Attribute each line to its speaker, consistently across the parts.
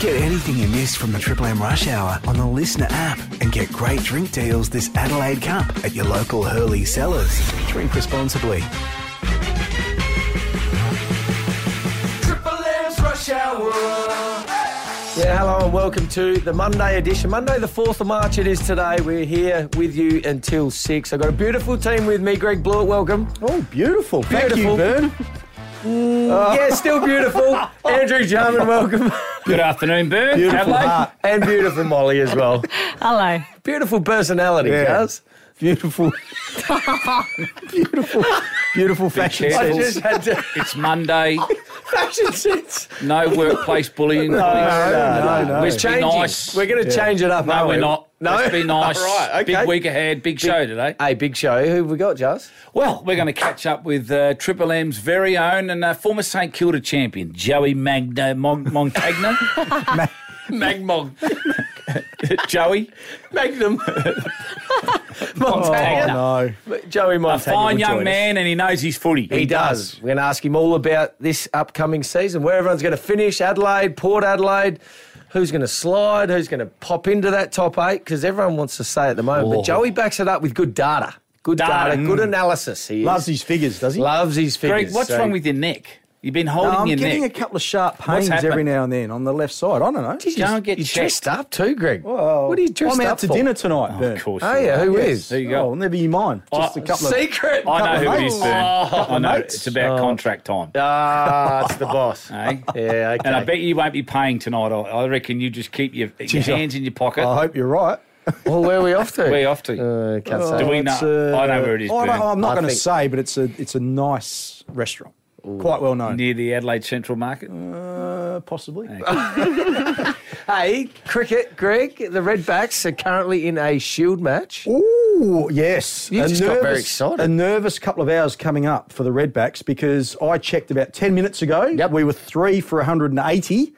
Speaker 1: Get anything you missed from the Triple M Rush Hour on the Listener app and get great drink deals this Adelaide Cup at your local Hurley Cellars. Drink responsibly.
Speaker 2: Triple M's Rush Hour.
Speaker 3: Yeah, hello and welcome to the Monday edition. Monday, the 4th of March, it is today. We're here with you until 6. I've got a beautiful team with me. Greg Blewett, welcome.
Speaker 4: Oh, beautiful. Thank
Speaker 3: Beautiful. Mm,
Speaker 4: you, Vern.
Speaker 3: Yeah, still beautiful. Andrew Jarman, welcome.
Speaker 5: Good afternoon, Bird.
Speaker 4: Beautiful heart.
Speaker 3: And beautiful Molly as well.
Speaker 6: Hello.
Speaker 3: Beautiful personality,
Speaker 4: Yeah.
Speaker 3: Charles.
Speaker 4: Beautiful. beautiful. Beautiful fashion
Speaker 5: careful.
Speaker 3: I
Speaker 4: sense.
Speaker 3: just had to.
Speaker 5: It's Monday.
Speaker 3: Fashion sense.
Speaker 5: No workplace bullying. no,
Speaker 4: no, no.
Speaker 5: Let's
Speaker 4: It's
Speaker 5: be
Speaker 3: Changing.
Speaker 5: nice.
Speaker 3: We're going to change it up,
Speaker 5: no,
Speaker 3: aren't
Speaker 5: we're
Speaker 3: we?
Speaker 5: not.
Speaker 3: No.
Speaker 5: Let's be nice.
Speaker 3: All right, okay.
Speaker 5: Big week ahead. Big, show today.
Speaker 3: Hey, big show. Who have we got, Charles?
Speaker 5: Well, we're going to catch up with uh, Triple M's very own and uh, former St Kilda champion, Joey Magna, Mon- Montagna. Magmog. Joey.
Speaker 3: Magnum. Montana.
Speaker 4: Oh, No.
Speaker 3: Joey
Speaker 5: A
Speaker 3: Montana.
Speaker 5: fine
Speaker 3: will join
Speaker 5: young
Speaker 3: us.
Speaker 5: man, and he knows his footy.
Speaker 3: He does. We're going to ask him all about this upcoming season, where everyone's going to finish Adelaide, Port Adelaide, who's going to slide, who's going to pop into that top eight, because everyone wants to say at the moment.
Speaker 5: Oh.
Speaker 3: But Joey backs it up with good data. Good data,
Speaker 5: Data, Mm.
Speaker 3: good analysis. He is.
Speaker 4: Loves his figures, does he?
Speaker 3: Loves his figures.
Speaker 5: Greg, what's
Speaker 3: So-
Speaker 5: wrong with your neck? You've been holding
Speaker 4: I'm
Speaker 5: your
Speaker 4: getting
Speaker 5: neck.
Speaker 4: a couple of sharp pains every
Speaker 5: happened?
Speaker 4: now and then on the left side. I don't know.
Speaker 5: Don't get
Speaker 3: you
Speaker 5: checked.
Speaker 3: dressed up too, Greg? what are you dressed
Speaker 4: I'm
Speaker 3: up
Speaker 4: out to
Speaker 3: for?
Speaker 4: dinner tonight, Vern.
Speaker 5: Of course.
Speaker 3: Oh
Speaker 5: you
Speaker 3: yeah,
Speaker 5: are.
Speaker 3: who is?
Speaker 5: There you go.
Speaker 4: Oh, never you mind. Just a couple of.
Speaker 3: Secret.
Speaker 5: I know
Speaker 4: Couple
Speaker 5: who
Speaker 4: of
Speaker 5: it is,
Speaker 4: mates. Oh.
Speaker 5: Vern. I know.
Speaker 4: mates.
Speaker 5: It's about contract time.
Speaker 3: Ah, it's the boss.
Speaker 5: eh?
Speaker 3: Yeah, okay.
Speaker 5: And I bet you won't be paying tonight. I, I reckon you just keep your, your
Speaker 4: I-
Speaker 5: hands in your pocket.
Speaker 4: I hope you're right.
Speaker 3: well, where are we off to?
Speaker 5: Where you off to?
Speaker 3: Uh, can't
Speaker 5: Do
Speaker 3: say.
Speaker 5: we know?
Speaker 4: It's, uh,
Speaker 5: I know where it is,
Speaker 4: I
Speaker 5: Vern.
Speaker 4: don't, I'm
Speaker 3: I
Speaker 4: not going to
Speaker 3: think-
Speaker 4: say, but it's a it's a nice restaurant, quite well known.
Speaker 5: Near the Adelaide Central Market.
Speaker 4: Uh, possibly.
Speaker 3: Hey, cricket, Greg. The Redbacks are currently in a shield match.
Speaker 4: Ooh, yes.
Speaker 3: You just got very excited.
Speaker 4: A nervous couple of hours coming up for the Redbacks because I checked about 10 minutes ago.
Speaker 3: Yep.
Speaker 4: We were three for 180.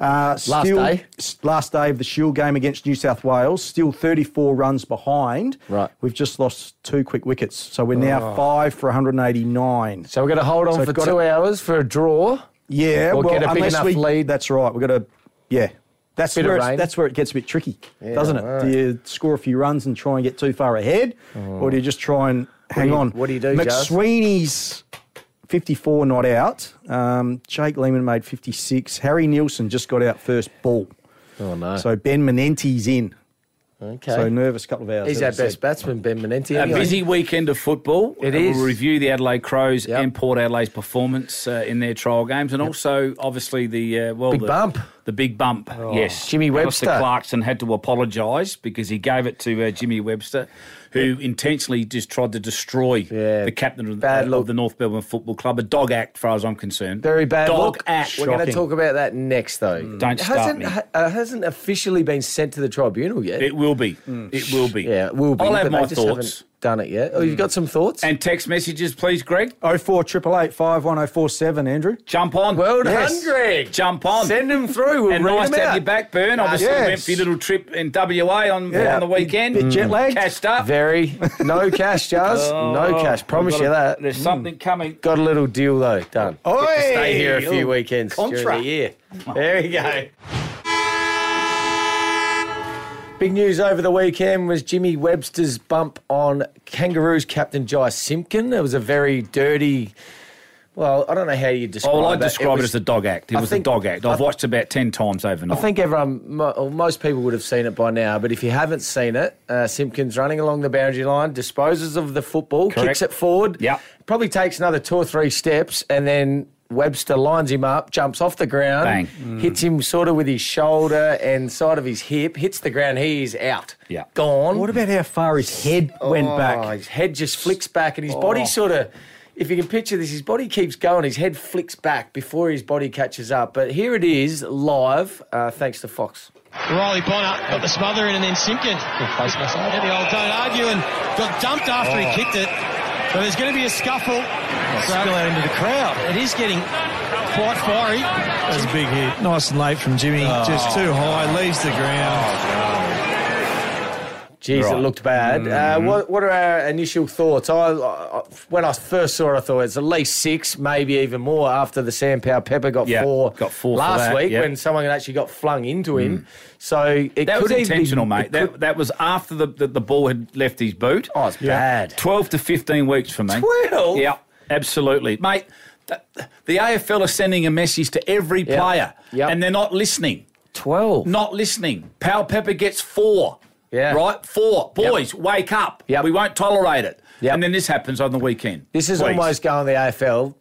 Speaker 4: Uh,
Speaker 3: Last
Speaker 4: still,
Speaker 3: day.
Speaker 4: s- Last day of the Shield game against New South Wales. Still 34 runs behind.
Speaker 3: Right. Oh.
Speaker 4: We've just lost two quick wickets. So we're now five for 189.
Speaker 3: So we're going to hold on
Speaker 4: So
Speaker 3: for
Speaker 4: got
Speaker 3: two hours for a draw.
Speaker 4: Yeah,
Speaker 3: Or
Speaker 4: well,
Speaker 3: get a big
Speaker 4: unless
Speaker 3: enough
Speaker 4: we,
Speaker 3: lead.
Speaker 4: That's right. We've got to, yeah. That's
Speaker 3: Bit of
Speaker 4: where, it's,
Speaker 3: rain.
Speaker 4: that's where it gets a bit tricky, doesn't it? Do you score a few runs and try and get too far ahead, or do you just try and hang
Speaker 3: do you-
Speaker 4: on?
Speaker 3: what do you do, Jazz?
Speaker 4: McSweeney's 54 not out. Um, Jake Lehman made 56. Harry Nielsen just got out first ball.
Speaker 3: Oh no.
Speaker 4: So Ben Menenti's in.
Speaker 3: okay.
Speaker 4: So nervous couple of hours.
Speaker 3: He's
Speaker 4: as I
Speaker 3: our best
Speaker 4: said.
Speaker 3: batsman, Ben Menenti.
Speaker 5: A
Speaker 3: anyway.
Speaker 5: busy weekend of football.
Speaker 3: It
Speaker 5: And
Speaker 3: is.
Speaker 5: We'll review the Adelaide Crows
Speaker 3: Yep.
Speaker 5: and Port Adelaide's performance uh, in their trial games, and also obviously the uh, well,
Speaker 3: Big
Speaker 5: the,
Speaker 3: bump. Oh.
Speaker 5: the big bump. Yes,
Speaker 3: Jimmy
Speaker 5: Alistair
Speaker 3: Webster.
Speaker 5: Clarkson had to apologise because he gave it to uh, Jimmy Webster, who intentionally just tried to destroy
Speaker 3: Yeah.
Speaker 5: the captain of,
Speaker 3: Bad
Speaker 5: uh,
Speaker 3: look.
Speaker 5: of the North Melbourne Football Club. A dog act, far as I'm concerned.
Speaker 3: Very bad
Speaker 5: dog
Speaker 3: look.
Speaker 5: act.
Speaker 3: We're going to
Speaker 4: Shocking.
Speaker 3: talk about that next, though.
Speaker 5: Don't start
Speaker 3: hasn't,
Speaker 5: me.
Speaker 3: ha- uh, hasn't officially been sent to the tribunal yet.
Speaker 5: It will be. It will
Speaker 3: Hmm.
Speaker 5: be.
Speaker 3: yeah, it will be.
Speaker 5: I'll
Speaker 3: but
Speaker 5: have
Speaker 3: they
Speaker 5: my
Speaker 3: just
Speaker 5: thoughts.
Speaker 3: haven't done it yet. Oh, you've got some thoughts?
Speaker 5: And text messages, please, Greg.
Speaker 4: 0488 51047, Andrew.
Speaker 5: Jump on.
Speaker 3: Well done,
Speaker 4: Yes.
Speaker 3: Greg.
Speaker 5: Jump on.
Speaker 3: Send them through. We'll
Speaker 5: and
Speaker 3: read
Speaker 5: nice
Speaker 3: them
Speaker 5: to have
Speaker 3: out.
Speaker 5: you back, Burn. Obviously,
Speaker 4: yes.
Speaker 5: we went for your little trip in WA on,
Speaker 4: Yeah.
Speaker 5: on the weekend. Mm.
Speaker 4: Bit jet lagged.
Speaker 5: Cashed up.
Speaker 3: Very. No cash, Jazz. no
Speaker 5: Oh,
Speaker 3: cash. Promise
Speaker 5: we've got
Speaker 3: you
Speaker 5: a-
Speaker 3: that. Mm.
Speaker 5: There's something coming.
Speaker 3: Got a little deal though, done.
Speaker 4: Oi!
Speaker 3: Get to stay here a few weekends during
Speaker 4: Contra.
Speaker 3: the year. There we go. Big news over the weekend was Jimmy Webster's bump on Kangaroos captain Jai Simpkin. It was a very dirty. Well, I don't know how you describe
Speaker 5: Oh, well, I
Speaker 3: it.
Speaker 5: describe it,
Speaker 3: was-
Speaker 5: as a dog act. It
Speaker 3: I
Speaker 5: was
Speaker 3: think-
Speaker 5: a dog act. I've watched about 10 times overnight.
Speaker 3: I think everyone, mo- or most people would have seen it by now, but if you haven't seen it, uh, Simpkins running along the boundary line, disposes of the football, kicks
Speaker 5: Correct.
Speaker 3: it forward,
Speaker 5: Yep.
Speaker 3: probably takes another two or three steps, and then Webster lines him up, jumps off the ground,
Speaker 5: Bang.
Speaker 3: hits him sort of with his shoulder and side of his hip, hits the ground, he is out.
Speaker 5: Yeah.
Speaker 3: Gone.
Speaker 4: What about how far his head went
Speaker 3: Oh,
Speaker 4: back? Oh.
Speaker 3: his head just flicks back, and his body sort of. If you can picture this, his body keeps going. His head flicks back before his body catches up. But here it is live, uh, thanks to Fox.
Speaker 7: Riley Bonner got the smother in and then Simpkin. Had the old don't argue and got dumped after he kicked it. So there's going to be a scuffle. Still out into the crowd. It is getting quite fiery. That's a big hit. Nice and late from Jimmy. Just too high. Leaves the ground.
Speaker 3: Geez,
Speaker 5: Right. Mm-hmm.
Speaker 3: it looked bad. Uh, what, what are our initial thoughts? I, I, when I first saw it, I thought it's at least six, maybe even more. After the Sam Powell Pepper got
Speaker 5: Yeah,
Speaker 3: four,
Speaker 5: got four for
Speaker 3: last
Speaker 5: that,
Speaker 3: week
Speaker 5: yeah. Mm.
Speaker 3: when someone actually got flung into him. So it
Speaker 5: That
Speaker 3: could
Speaker 5: was
Speaker 3: either be-
Speaker 5: intentional,
Speaker 3: it
Speaker 5: mate. That,
Speaker 3: could-
Speaker 5: that was after the, the, the ball had left his boot.
Speaker 3: oh, it's bad.
Speaker 5: 12 to 15 weeks for me.
Speaker 3: 12?
Speaker 5: Yeah, absolutely. Mate, th- the AFL are sending a message to every
Speaker 3: Yeah.
Speaker 5: player,
Speaker 3: Yeah.
Speaker 5: and they're not listening.
Speaker 3: Twelve.
Speaker 5: Not listening. Pal Pepper gets four.
Speaker 3: Yeah.
Speaker 5: Right? Four.
Speaker 3: Yep.
Speaker 5: Boys, wake up.
Speaker 3: Yep.
Speaker 5: We won't tolerate it.
Speaker 3: Yep.
Speaker 5: And then this happens on the weekend.
Speaker 3: This is
Speaker 5: Please.
Speaker 3: almost going to the AFL,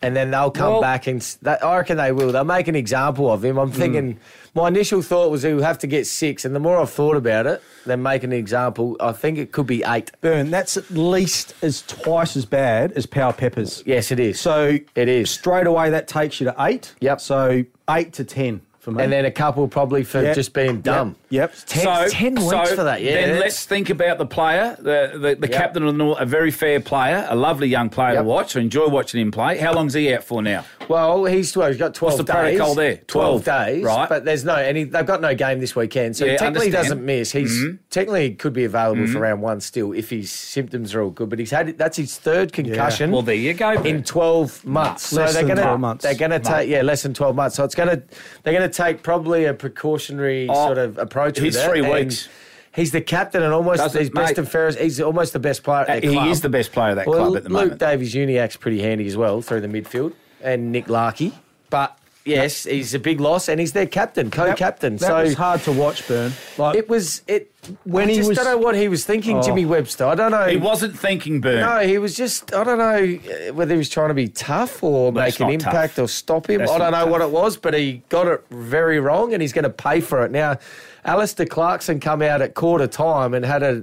Speaker 3: and then they'll come
Speaker 5: Well- Mm.
Speaker 3: back and s- that, I reckon they will. They'll make an example of him. I'm thinking. My initial thought was he'll have to get six, and the more I've thought about it, then making an example, I think it could be eight.
Speaker 4: Burn, that's at least as twice as bad as Power Peppers.
Speaker 3: Yes, it is.
Speaker 4: So
Speaker 3: It is.
Speaker 4: Straight away, that takes you to eight.
Speaker 3: Yep.
Speaker 4: So eight to 10 for me.
Speaker 3: and then a couple probably for
Speaker 4: Yep.
Speaker 3: just being
Speaker 4: Yep.
Speaker 3: dumb.
Speaker 4: Yep.
Speaker 3: Ten, ten weeks
Speaker 5: so
Speaker 3: for that. Yeah,
Speaker 5: Then
Speaker 3: that's-
Speaker 5: let's think about the player, the the, the
Speaker 3: Yep.
Speaker 5: captain of the North, a very fair player, a lovely young player
Speaker 3: Yep.
Speaker 5: to watch. I enjoy watching him play. How long's he out for now?
Speaker 3: Well, he's well, he's got twelve.
Speaker 5: the
Speaker 3: days,
Speaker 5: protocol there?
Speaker 3: 12,
Speaker 5: 12,
Speaker 3: days,
Speaker 5: right.
Speaker 3: But there's no, and he, they've got no game this weekend, so
Speaker 5: Yeah,
Speaker 3: technically he
Speaker 5: understand. Mm-hmm.
Speaker 3: doesn't miss. He's technically he could be available for round one still if his symptoms are all good. But he's had that's his third concussion.
Speaker 5: Well, there you go.
Speaker 3: in 12 months.
Speaker 4: Less
Speaker 3: so they're
Speaker 4: than
Speaker 3: gonna,
Speaker 4: 12 months.
Speaker 3: They're going to take yeah, less than 12 months. So it's going to they're going to take probably a precautionary
Speaker 5: Oh,
Speaker 3: sort of approach.
Speaker 5: he's
Speaker 3: with it,
Speaker 5: three
Speaker 3: and
Speaker 5: weeks.
Speaker 3: He's the captain and almost
Speaker 5: Doesn't-
Speaker 3: he's best
Speaker 5: mate.
Speaker 3: and fairest. He's almost the best player
Speaker 5: Uh,
Speaker 3: at their
Speaker 5: he
Speaker 3: club.
Speaker 5: is the best player at that
Speaker 3: Well,
Speaker 5: club at the
Speaker 3: Luke
Speaker 5: moment.
Speaker 3: Davies Uniac's pretty handy as well through the midfield, and Nick Larkey. But yes, he's a big loss, and he's their captain, co-captain.
Speaker 4: That
Speaker 3: so
Speaker 4: was hard to watch, Burn. Like,
Speaker 3: it was it.
Speaker 4: When
Speaker 3: I
Speaker 4: he
Speaker 3: just
Speaker 4: was-
Speaker 3: don't know what he was thinking,
Speaker 4: Oh.
Speaker 3: Jimmy Webster. I don't know.
Speaker 5: He wasn't thinking, Burn.
Speaker 3: No, he was just, I don't know uh, whether he was trying to be tough or
Speaker 5: That's
Speaker 3: make an
Speaker 5: not tough.
Speaker 3: impact or stop him.
Speaker 5: That's
Speaker 3: I don't know
Speaker 5: not
Speaker 3: what
Speaker 5: tough.
Speaker 3: it was, but he got it very wrong and he's going to pay for it. Now, Alistair Clarkson come out at quarter time and had a,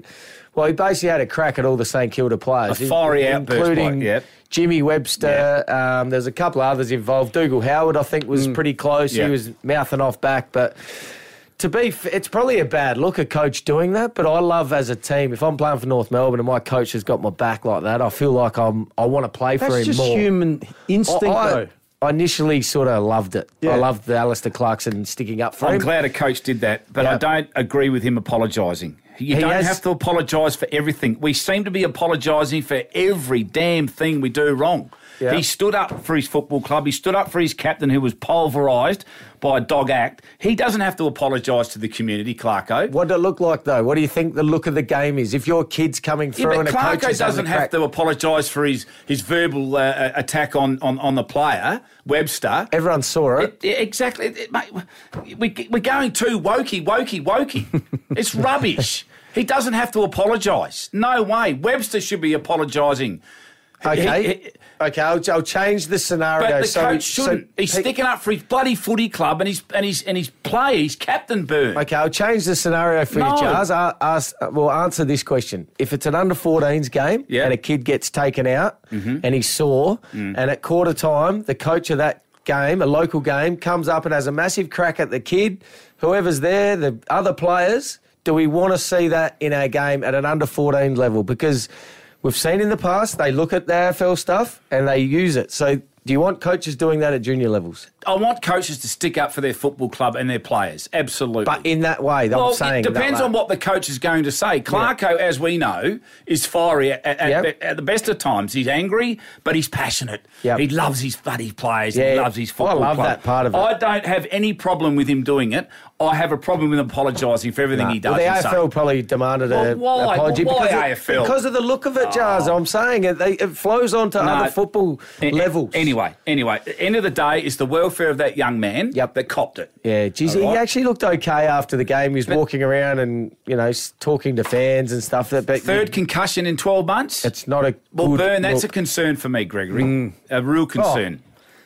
Speaker 3: well, he basically had a crack at all the St Kilda players.
Speaker 5: A fiery
Speaker 3: in-
Speaker 5: outburst,
Speaker 3: Including
Speaker 5: like, yep.
Speaker 3: Jimmy Webster. Um, there's a couple of others involved. Dougal Howard, I think,
Speaker 5: Mm.
Speaker 3: was pretty close.
Speaker 5: Yeah.
Speaker 3: He was mouthing off back, but... To be, f- it's probably a bad look a coach doing that, but I love as a team. If I'm playing for North Melbourne and my coach has got my back like that, I feel like I'm. I want to play for him
Speaker 4: that's just
Speaker 3: more.
Speaker 4: human instinct,
Speaker 3: I, I,
Speaker 4: though.
Speaker 3: I initially sort of loved it.
Speaker 4: Yeah.
Speaker 3: I loved the Alistair Clarkson sticking up for
Speaker 5: I'm
Speaker 3: him.
Speaker 5: glad a coach did that, but
Speaker 3: Yeah.
Speaker 5: I don't agree with him apologising. You
Speaker 3: He
Speaker 5: don't
Speaker 3: has-
Speaker 5: have to apologise for everything. We seem to be apologising for every damn thing we do wrong.
Speaker 3: Yeah.
Speaker 5: He stood up for his football club. He stood up for his captain, who was pulverised by a dog act. He doesn't have to apologise to the community, Clarko.
Speaker 3: What did it look like though? What do you think the look of the game is? If your kid's coming
Speaker 5: Yeah,
Speaker 3: through
Speaker 5: but
Speaker 3: and a coach
Speaker 5: Clarko
Speaker 3: is having
Speaker 5: doesn't
Speaker 3: a
Speaker 5: have
Speaker 3: crack-
Speaker 5: to apologise for his, his verbal uh, uh, attack on, on, on the player, Webster.
Speaker 3: everyone saw it.
Speaker 5: It, it- exactly. It- mate, we, we're going too wokey, wokey, wokey. it's rubbish. He doesn't have to apologise. No way. Webster should be apologising.
Speaker 3: okay,
Speaker 5: he- he-
Speaker 3: okay, I'll, I'll change the scenario.
Speaker 5: But the
Speaker 3: so,
Speaker 5: coach
Speaker 3: so
Speaker 5: shouldn't. He's
Speaker 3: pe-
Speaker 5: sticking up for his bloody footy club and his and his and his player, his captain burn.
Speaker 3: Okay, I'll change the scenario for
Speaker 5: No.
Speaker 3: you, Jars. I, ask, well, answer this question. If it's an under 14s game
Speaker 5: Yeah. Mm-hmm. Mm.
Speaker 3: and a kid gets taken out and he's sore, and at quarter time, the coach of that game, a local game, comes up and has a massive crack at the kid, whoever's there, the other players, do we want to see that in our game at an under 14 level? Because we've seen in the past, they look at the AFL stuff and they use it. So, do you want coaches doing that at junior levels?
Speaker 5: I want coaches to stick up for their football club and their players. Absolutely.
Speaker 3: But in that way, that
Speaker 5: well,
Speaker 3: I'm saying. that
Speaker 5: it depends
Speaker 3: way.
Speaker 5: on what the coach is going to say. Clarko, as we know, is fiery at, at,
Speaker 3: Yep.
Speaker 5: at- at the best of times. He's angry, but he's passionate.
Speaker 3: Yep.
Speaker 5: He loves his bloody players. and He
Speaker 3: Yeah.
Speaker 5: loves his
Speaker 3: Oh, I
Speaker 5: football.
Speaker 3: love
Speaker 5: club.
Speaker 3: that part of it.
Speaker 5: I don't have any problem with him doing it. I have a problem with him apologising for everything
Speaker 3: Nah.
Speaker 5: he does.
Speaker 3: Well,
Speaker 5: and
Speaker 3: the
Speaker 5: say.
Speaker 3: AFL probably demanded a
Speaker 5: Well, why?
Speaker 3: apology
Speaker 5: Why
Speaker 3: because,
Speaker 5: AFL?
Speaker 3: Of, because of the look of it, Jars. I'm saying it, they, it flows onto
Speaker 5: No.
Speaker 3: other football
Speaker 5: Oh. A- a-
Speaker 3: levels.
Speaker 5: Anyway, anyway, at the end of the day, it's the welfare of that young man
Speaker 3: Yep.
Speaker 5: that copped it.
Speaker 3: Yeah, geez,
Speaker 5: All
Speaker 3: he
Speaker 5: right.
Speaker 3: actually looked okay after the game. He was walking around and you know s- talking to fans and stuff. That but
Speaker 5: Third concussion in 12 months.
Speaker 3: it's not a
Speaker 5: well,
Speaker 3: good
Speaker 5: Burn, that's
Speaker 3: look. Mm. Oh,
Speaker 5: a concern for me, Gregory. A real concern.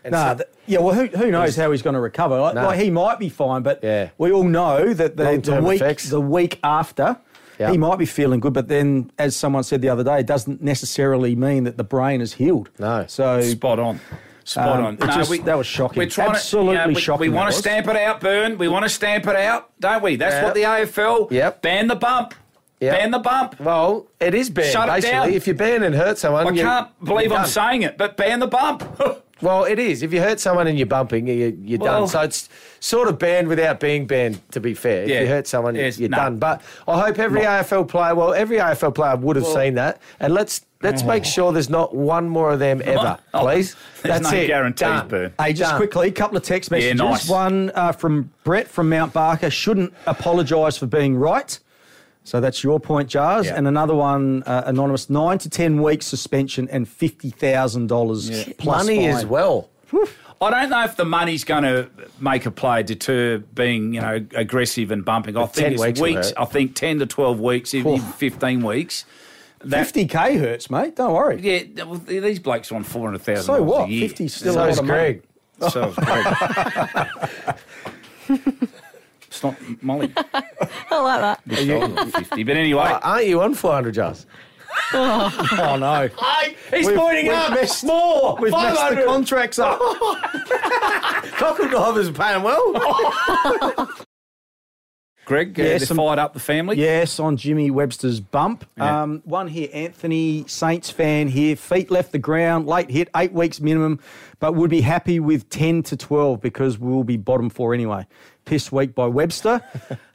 Speaker 4: Nah, th- yeah, well, who, who knows how he's going to recover? Like,
Speaker 3: No.
Speaker 4: like, he might be fine, but
Speaker 3: Yeah.
Speaker 4: we all know that the, the
Speaker 3: Long-term
Speaker 4: week
Speaker 3: effects.
Speaker 4: the week after
Speaker 3: Yeah.
Speaker 4: he might be feeling good, but then, as someone said the other day, it doesn't necessarily mean that the brain is healed.
Speaker 3: No.
Speaker 4: so
Speaker 5: Spot on. Spot
Speaker 4: Um,
Speaker 5: on.
Speaker 4: it just- that was shocking.
Speaker 5: We're trying
Speaker 4: Absolutely
Speaker 5: to, you know, we,
Speaker 4: shocking
Speaker 5: We
Speaker 4: that
Speaker 5: want
Speaker 4: was.
Speaker 5: to stamp it out, Burn. We want to stamp it out, don't we? That's
Speaker 3: Yep.
Speaker 5: what the AFL.
Speaker 3: Yep.
Speaker 5: Ban the bump.
Speaker 3: Yep.
Speaker 5: Ban the bump.
Speaker 3: well, it is banned.
Speaker 5: Shut it
Speaker 3: basically,
Speaker 5: down.
Speaker 3: if you ban and hurt someone,
Speaker 5: I
Speaker 3: you-
Speaker 5: can't believe
Speaker 3: you're
Speaker 5: I'm
Speaker 3: done.
Speaker 5: saying it, but ban the bump.
Speaker 3: Well, it is. If you hurt someone and you're bumping, you, you're
Speaker 5: Well-
Speaker 3: done. So it's sort of banned without being banned, to be fair. If
Speaker 5: Yeah.
Speaker 3: you hurt someone,
Speaker 5: Yes,
Speaker 3: you're
Speaker 5: no.
Speaker 3: done. But I hope every AFL player, well, every AFL player would have seen that. And let's let's make sure there's not one more of them ever,
Speaker 5: Oh,
Speaker 3: please.
Speaker 5: there's
Speaker 3: That's
Speaker 5: no
Speaker 3: it.
Speaker 5: guarantees,
Speaker 3: Done.
Speaker 5: Bern.
Speaker 4: Hey, just
Speaker 3: Done.
Speaker 4: quickly, a couple of text messages.
Speaker 5: nice.
Speaker 4: One uh, from Brett from Mount Barker shouldn't apologise for being right. So that's your point, Jars.
Speaker 5: Yeah.
Speaker 4: And another one, uh, anonymous, nine to ten weeks suspension and fifty thousand dollars plus
Speaker 3: Money
Speaker 4: fine.
Speaker 3: as well.
Speaker 5: I don't know if the money's going to make a player deter being, you know, aggressive and bumping. I think
Speaker 3: 10
Speaker 5: it's
Speaker 3: weeks
Speaker 5: weeks.
Speaker 3: will hurt.
Speaker 5: I think ten to twelve weeks, even even fifteen weeks. That-
Speaker 4: Fifty k hurts, mate. Don't worry.
Speaker 5: Yeah, th- well, th- these blokes are on four hundred thousand.
Speaker 4: So what?
Speaker 5: A year.
Speaker 4: 50 's still
Speaker 3: So
Speaker 4: a lot
Speaker 3: is
Speaker 4: of money.
Speaker 3: Greg.
Speaker 5: So is Greg. it's not Molly.
Speaker 6: I like that.
Speaker 5: It's not Fifty, but anyway.
Speaker 3: Uh, Aren't you on 400 jars?
Speaker 4: Oh no.
Speaker 3: He's
Speaker 4: We've-
Speaker 3: pointing
Speaker 4: we've
Speaker 3: up.
Speaker 4: messed-
Speaker 3: more.
Speaker 4: We've messed the
Speaker 3: 500.
Speaker 4: contracts up.
Speaker 3: Cockle Divers are paying well.
Speaker 5: Greg, uh,
Speaker 4: Yeah,
Speaker 5: they
Speaker 4: some-
Speaker 5: fired up the family.
Speaker 4: Yes, on Jimmy Webster's bump.
Speaker 5: Yeah.
Speaker 4: Um, one here, Anthony, Saints fan here. Feet left the ground, late hit, eight weeks minimum, but would be happy with 10 to 12 because we'll be bottom four anyway. Piss week by Webster.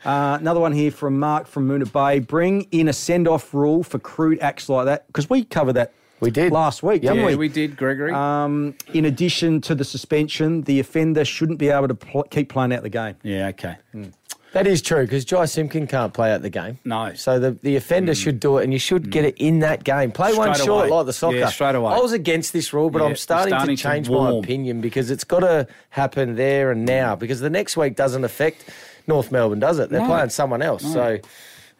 Speaker 4: uh, another one here from Mark from Moona Bay. Bring in a send off rule for crude acts like that because we covered that.
Speaker 3: We did.
Speaker 4: last week,
Speaker 5: yeah,
Speaker 4: didn't we?
Speaker 5: we did, Gregory.
Speaker 4: Um, in addition to the suspension, the offender shouldn't be able to pl- keep playing out the game.
Speaker 5: yeah, okay.
Speaker 3: That is true because Jai Simpkin can't play out the game.
Speaker 5: No. Mm.
Speaker 3: So the, the offender should do it and you should get it in that game. Play one
Speaker 5: Straight
Speaker 3: short
Speaker 5: away.
Speaker 3: like the soccer.
Speaker 5: Yeah, straight away.
Speaker 3: I was against this rule, but
Speaker 5: Yeah,
Speaker 3: I'm starting,
Speaker 5: starting
Speaker 3: to
Speaker 5: to
Speaker 3: change my
Speaker 5: warm.
Speaker 3: opinion because it's got to happen there and now because the next week doesn't affect North Melbourne, does it? They're playing someone else. So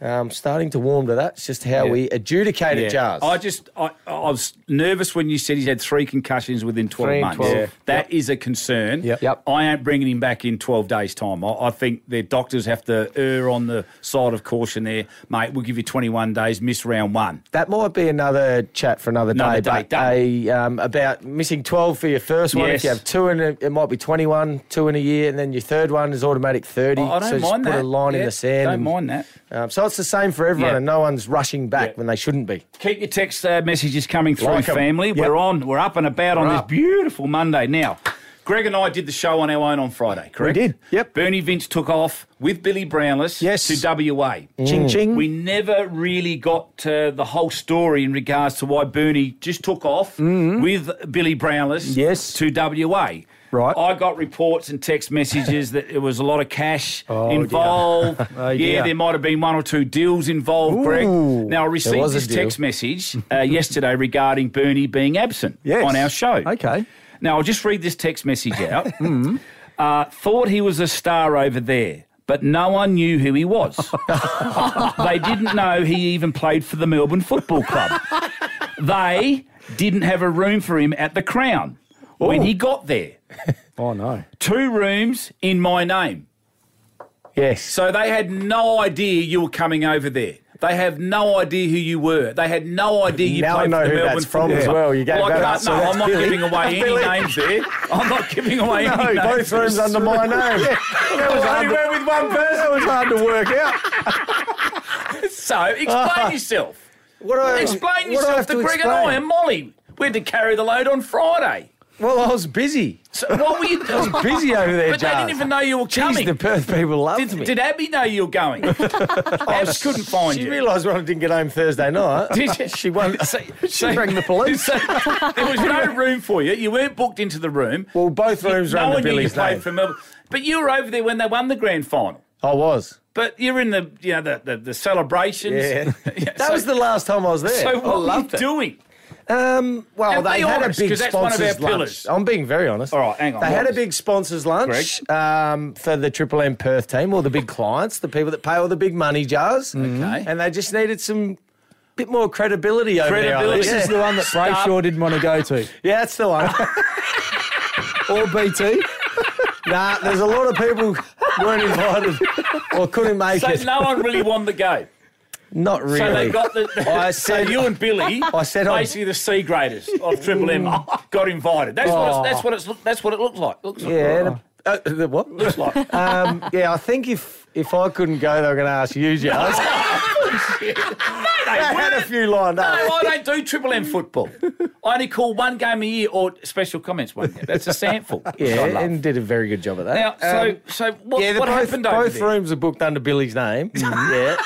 Speaker 3: I'm starting to warm to that. It's just how
Speaker 5: Yeah.
Speaker 3: we adjudicate
Speaker 5: Yeah.
Speaker 3: it, Jars.
Speaker 5: I just I, I was nervous when you said he's had three concussions within twelve
Speaker 3: Three and
Speaker 5: months.
Speaker 3: 12. Yeah.
Speaker 5: That is a concern.
Speaker 3: Yep. Yep.
Speaker 5: I ain't bringing him back in twelve days' time. I, I think their doctors have to err on the side of caution there, mate. We'll give you twenty-one days. Miss round one.
Speaker 3: That might be another chat for another,
Speaker 5: Another
Speaker 3: day,
Speaker 5: day,
Speaker 3: but
Speaker 5: done.
Speaker 3: a, um, about missing 12 for your first one. If
Speaker 5: Yes.
Speaker 3: you have two in a, it might be 21, two in a year, and then your third one is automatic 30.
Speaker 5: Oh, I I don't
Speaker 3: so just
Speaker 5: mind
Speaker 3: put
Speaker 5: that.
Speaker 3: a line in
Speaker 5: Yeah,
Speaker 3: the sand.
Speaker 5: Don't
Speaker 3: and-
Speaker 5: mind that.
Speaker 3: Um, so it's the same for everyone,
Speaker 5: Yeah.
Speaker 3: and no one's rushing back
Speaker 5: Yeah.
Speaker 3: when they shouldn't be.
Speaker 5: Keep your text uh, messages coming through,
Speaker 3: Like 'em.
Speaker 5: family. We're on. We're up and about on
Speaker 3: We're
Speaker 5: this
Speaker 3: up.
Speaker 5: beautiful Monday. Now, Greg and I did the show on our own on Friday. Correct?
Speaker 4: did. Yep.
Speaker 5: Bernie Vince took off with Billy Brownless.
Speaker 4: Yes.
Speaker 5: To WA.
Speaker 4: Ching ching.
Speaker 5: Mm. We never really got uh, the whole story in regards to why Bernie just took off with Billy Brownless.
Speaker 4: Mm. Yes.
Speaker 5: To WA.
Speaker 4: Right.
Speaker 5: I got reports and text messages that it was a lot of cash
Speaker 4: Oh, dear.
Speaker 5: involved.
Speaker 4: Oh,
Speaker 5: yeah,
Speaker 4: dear.
Speaker 5: there might have been one or two deals involved, Greg.
Speaker 4: Ooh.
Speaker 5: Now I received
Speaker 3: was a
Speaker 5: this
Speaker 3: deal.
Speaker 5: text message uh, yesterday regarding Bernie being absent
Speaker 4: Yes.
Speaker 5: on our show.
Speaker 4: Okay.
Speaker 5: Now I'll just read this text message out. uh, thought he was a star over there, but no one knew who he was. they didn't know he even played for the Melbourne Football Club. they didn't have a room for him at the Crown when he got there.
Speaker 4: Oh no.
Speaker 5: Two rooms in my name.
Speaker 3: Yes.
Speaker 5: So they had no idea you were coming over there. They have no idea who you were. They had no idea you
Speaker 3: Now I
Speaker 5: played
Speaker 3: know
Speaker 5: for the
Speaker 3: who that's
Speaker 5: Melbourne
Speaker 3: from
Speaker 5: Football
Speaker 3: as
Speaker 5: Club.
Speaker 3: well. You gave
Speaker 5: well, I
Speaker 3: that up,
Speaker 5: can't-
Speaker 3: so
Speaker 5: no,
Speaker 3: that's
Speaker 5: I'm not
Speaker 3: Billy.
Speaker 5: giving away any names there. I'm not giving away
Speaker 4: No,
Speaker 5: any names.
Speaker 3: Both rooms under my name.
Speaker 4: That was hard to-
Speaker 5: with one
Speaker 4: that was hard to work out.
Speaker 5: So explain yourself.
Speaker 3: What do I,
Speaker 5: Explain
Speaker 3: what do I
Speaker 5: yourself
Speaker 3: have
Speaker 5: to Greg and
Speaker 3: explain?
Speaker 5: I and Molly. We had to carry the load on Friday.
Speaker 3: Well, I was busy.
Speaker 5: So what were you doing?
Speaker 3: Busy over there,
Speaker 5: But they didn't
Speaker 3: Jars.
Speaker 5: even know you were
Speaker 3: Jeez,
Speaker 5: coming.
Speaker 3: the Perth people loved me.
Speaker 5: Did, did Abby know you were going? Abs couldn't find
Speaker 3: she
Speaker 5: you.
Speaker 3: realised when I didn't get home Thursday night.
Speaker 5: Did you?
Speaker 3: She won.
Speaker 5: So- so-
Speaker 4: rang the police.
Speaker 5: so there was no room for you. You weren't booked into the room.
Speaker 3: Well, both rooms
Speaker 5: no
Speaker 3: were under
Speaker 5: one knew you
Speaker 3: Billy's
Speaker 5: played
Speaker 3: name.
Speaker 5: for Melbourne, but you were over there when they won the grand final.
Speaker 3: I was.
Speaker 5: But you're in the you know the the, the celebrations.
Speaker 3: Yeah. that
Speaker 5: so-
Speaker 3: was the last time I was there.
Speaker 5: So what
Speaker 3: I
Speaker 5: are you
Speaker 3: loved it.
Speaker 5: doing?
Speaker 3: Um, well,
Speaker 5: And
Speaker 3: they
Speaker 5: be
Speaker 3: had
Speaker 5: honest,
Speaker 3: a big
Speaker 5: 'cause that's one of our
Speaker 3: sponsors lunch.
Speaker 5: pillars.
Speaker 3: I'm being very honest.
Speaker 5: All right, hang on.
Speaker 3: They
Speaker 5: What
Speaker 3: had a
Speaker 5: was-
Speaker 3: big sponsors lunch um, for the Triple M Perth team, all the big clients, the people that pay all the big money jars.
Speaker 5: Mm-hmm. Okay.
Speaker 3: And they just needed some bit more credibility over
Speaker 5: Credibility.
Speaker 3: there. I
Speaker 4: This is
Speaker 3: think.
Speaker 4: the one that
Speaker 5: Stop.
Speaker 4: Brayshaw didn't want to go to.
Speaker 3: Yeah, yeah, that's the one.
Speaker 4: Or BT.
Speaker 3: nah, there's a lot of people weren't invited or couldn't make
Speaker 5: So
Speaker 3: it.
Speaker 5: no one really won the go.
Speaker 3: Not really.
Speaker 5: So they got the.
Speaker 3: I
Speaker 5: so
Speaker 3: said-
Speaker 5: you and Billy,
Speaker 3: I said "Oh." I'm-
Speaker 5: basically the C graders of Triple M got invited. That's what it's, that's what it's look- that's what it looked like. Looks
Speaker 3: Oh. yeah. the- uh, the what?
Speaker 5: looks like. Oh,
Speaker 3: Um, yeah, I think if if I couldn't go, they were going to ask you, Jars.
Speaker 5: they
Speaker 3: I had a
Speaker 5: weren't.
Speaker 3: few lined
Speaker 5: No,
Speaker 3: up.
Speaker 5: I don't do Triple M football. I only call one game a year or special comments one game. That's a sample. which I
Speaker 3: Yeah,
Speaker 5: love.
Speaker 3: and did a very good job at that.
Speaker 5: Now, so
Speaker 3: Um,
Speaker 5: so what,
Speaker 3: yeah, the
Speaker 5: what
Speaker 3: both,
Speaker 5: happened over
Speaker 3: both
Speaker 5: there?
Speaker 3: rooms are booked under Billy's name. Mm, yeah.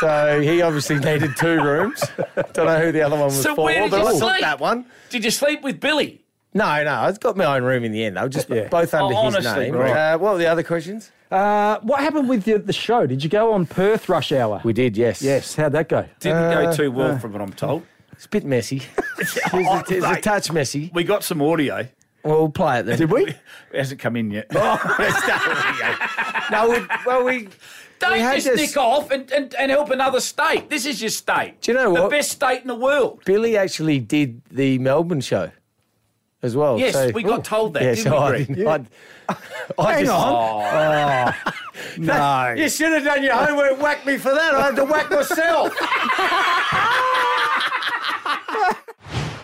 Speaker 3: So he obviously needed two rooms. Don't know who the other one was
Speaker 5: So
Speaker 3: for,
Speaker 5: where did
Speaker 3: but
Speaker 5: you
Speaker 3: I
Speaker 5: sleep?
Speaker 3: took that one.
Speaker 5: Did you sleep with Billy?
Speaker 3: No, no, I've got my own room in the end. I was just both under
Speaker 5: Oh,
Speaker 3: his
Speaker 5: honestly,
Speaker 3: name.
Speaker 5: right.
Speaker 3: Uh, what were the other questions?
Speaker 4: Uh, what happened with the, the show? Did you go on Perth Rush Hour?
Speaker 3: We did, yes.
Speaker 4: yes. How'd that go?
Speaker 5: Didn't go too
Speaker 3: Uh,
Speaker 5: well, from what I'm told.
Speaker 3: It's a bit messy. it's a, it's
Speaker 5: Oh,
Speaker 3: a touch messy.
Speaker 5: We got some audio.
Speaker 3: Well, we'll play it then.
Speaker 4: Did we?
Speaker 5: It hasn't come in yet.
Speaker 3: Oh. No, we, well, we.
Speaker 5: Don't
Speaker 3: We had
Speaker 5: just
Speaker 3: this-
Speaker 5: nick off and, and, and help another state. This is your state.
Speaker 3: Do you know
Speaker 5: The
Speaker 3: what?
Speaker 5: best state in the world.
Speaker 3: Billy actually did the Melbourne show as well.
Speaker 5: Yes,
Speaker 3: so-
Speaker 5: we got told that,
Speaker 3: Yeah,
Speaker 5: didn't
Speaker 3: so
Speaker 5: we,
Speaker 3: I
Speaker 5: Greg? Oh.
Speaker 3: didn't- I, I
Speaker 4: Hang
Speaker 3: just,
Speaker 4: on.
Speaker 3: You should have done your homework. Whack me for that. I had to whack myself.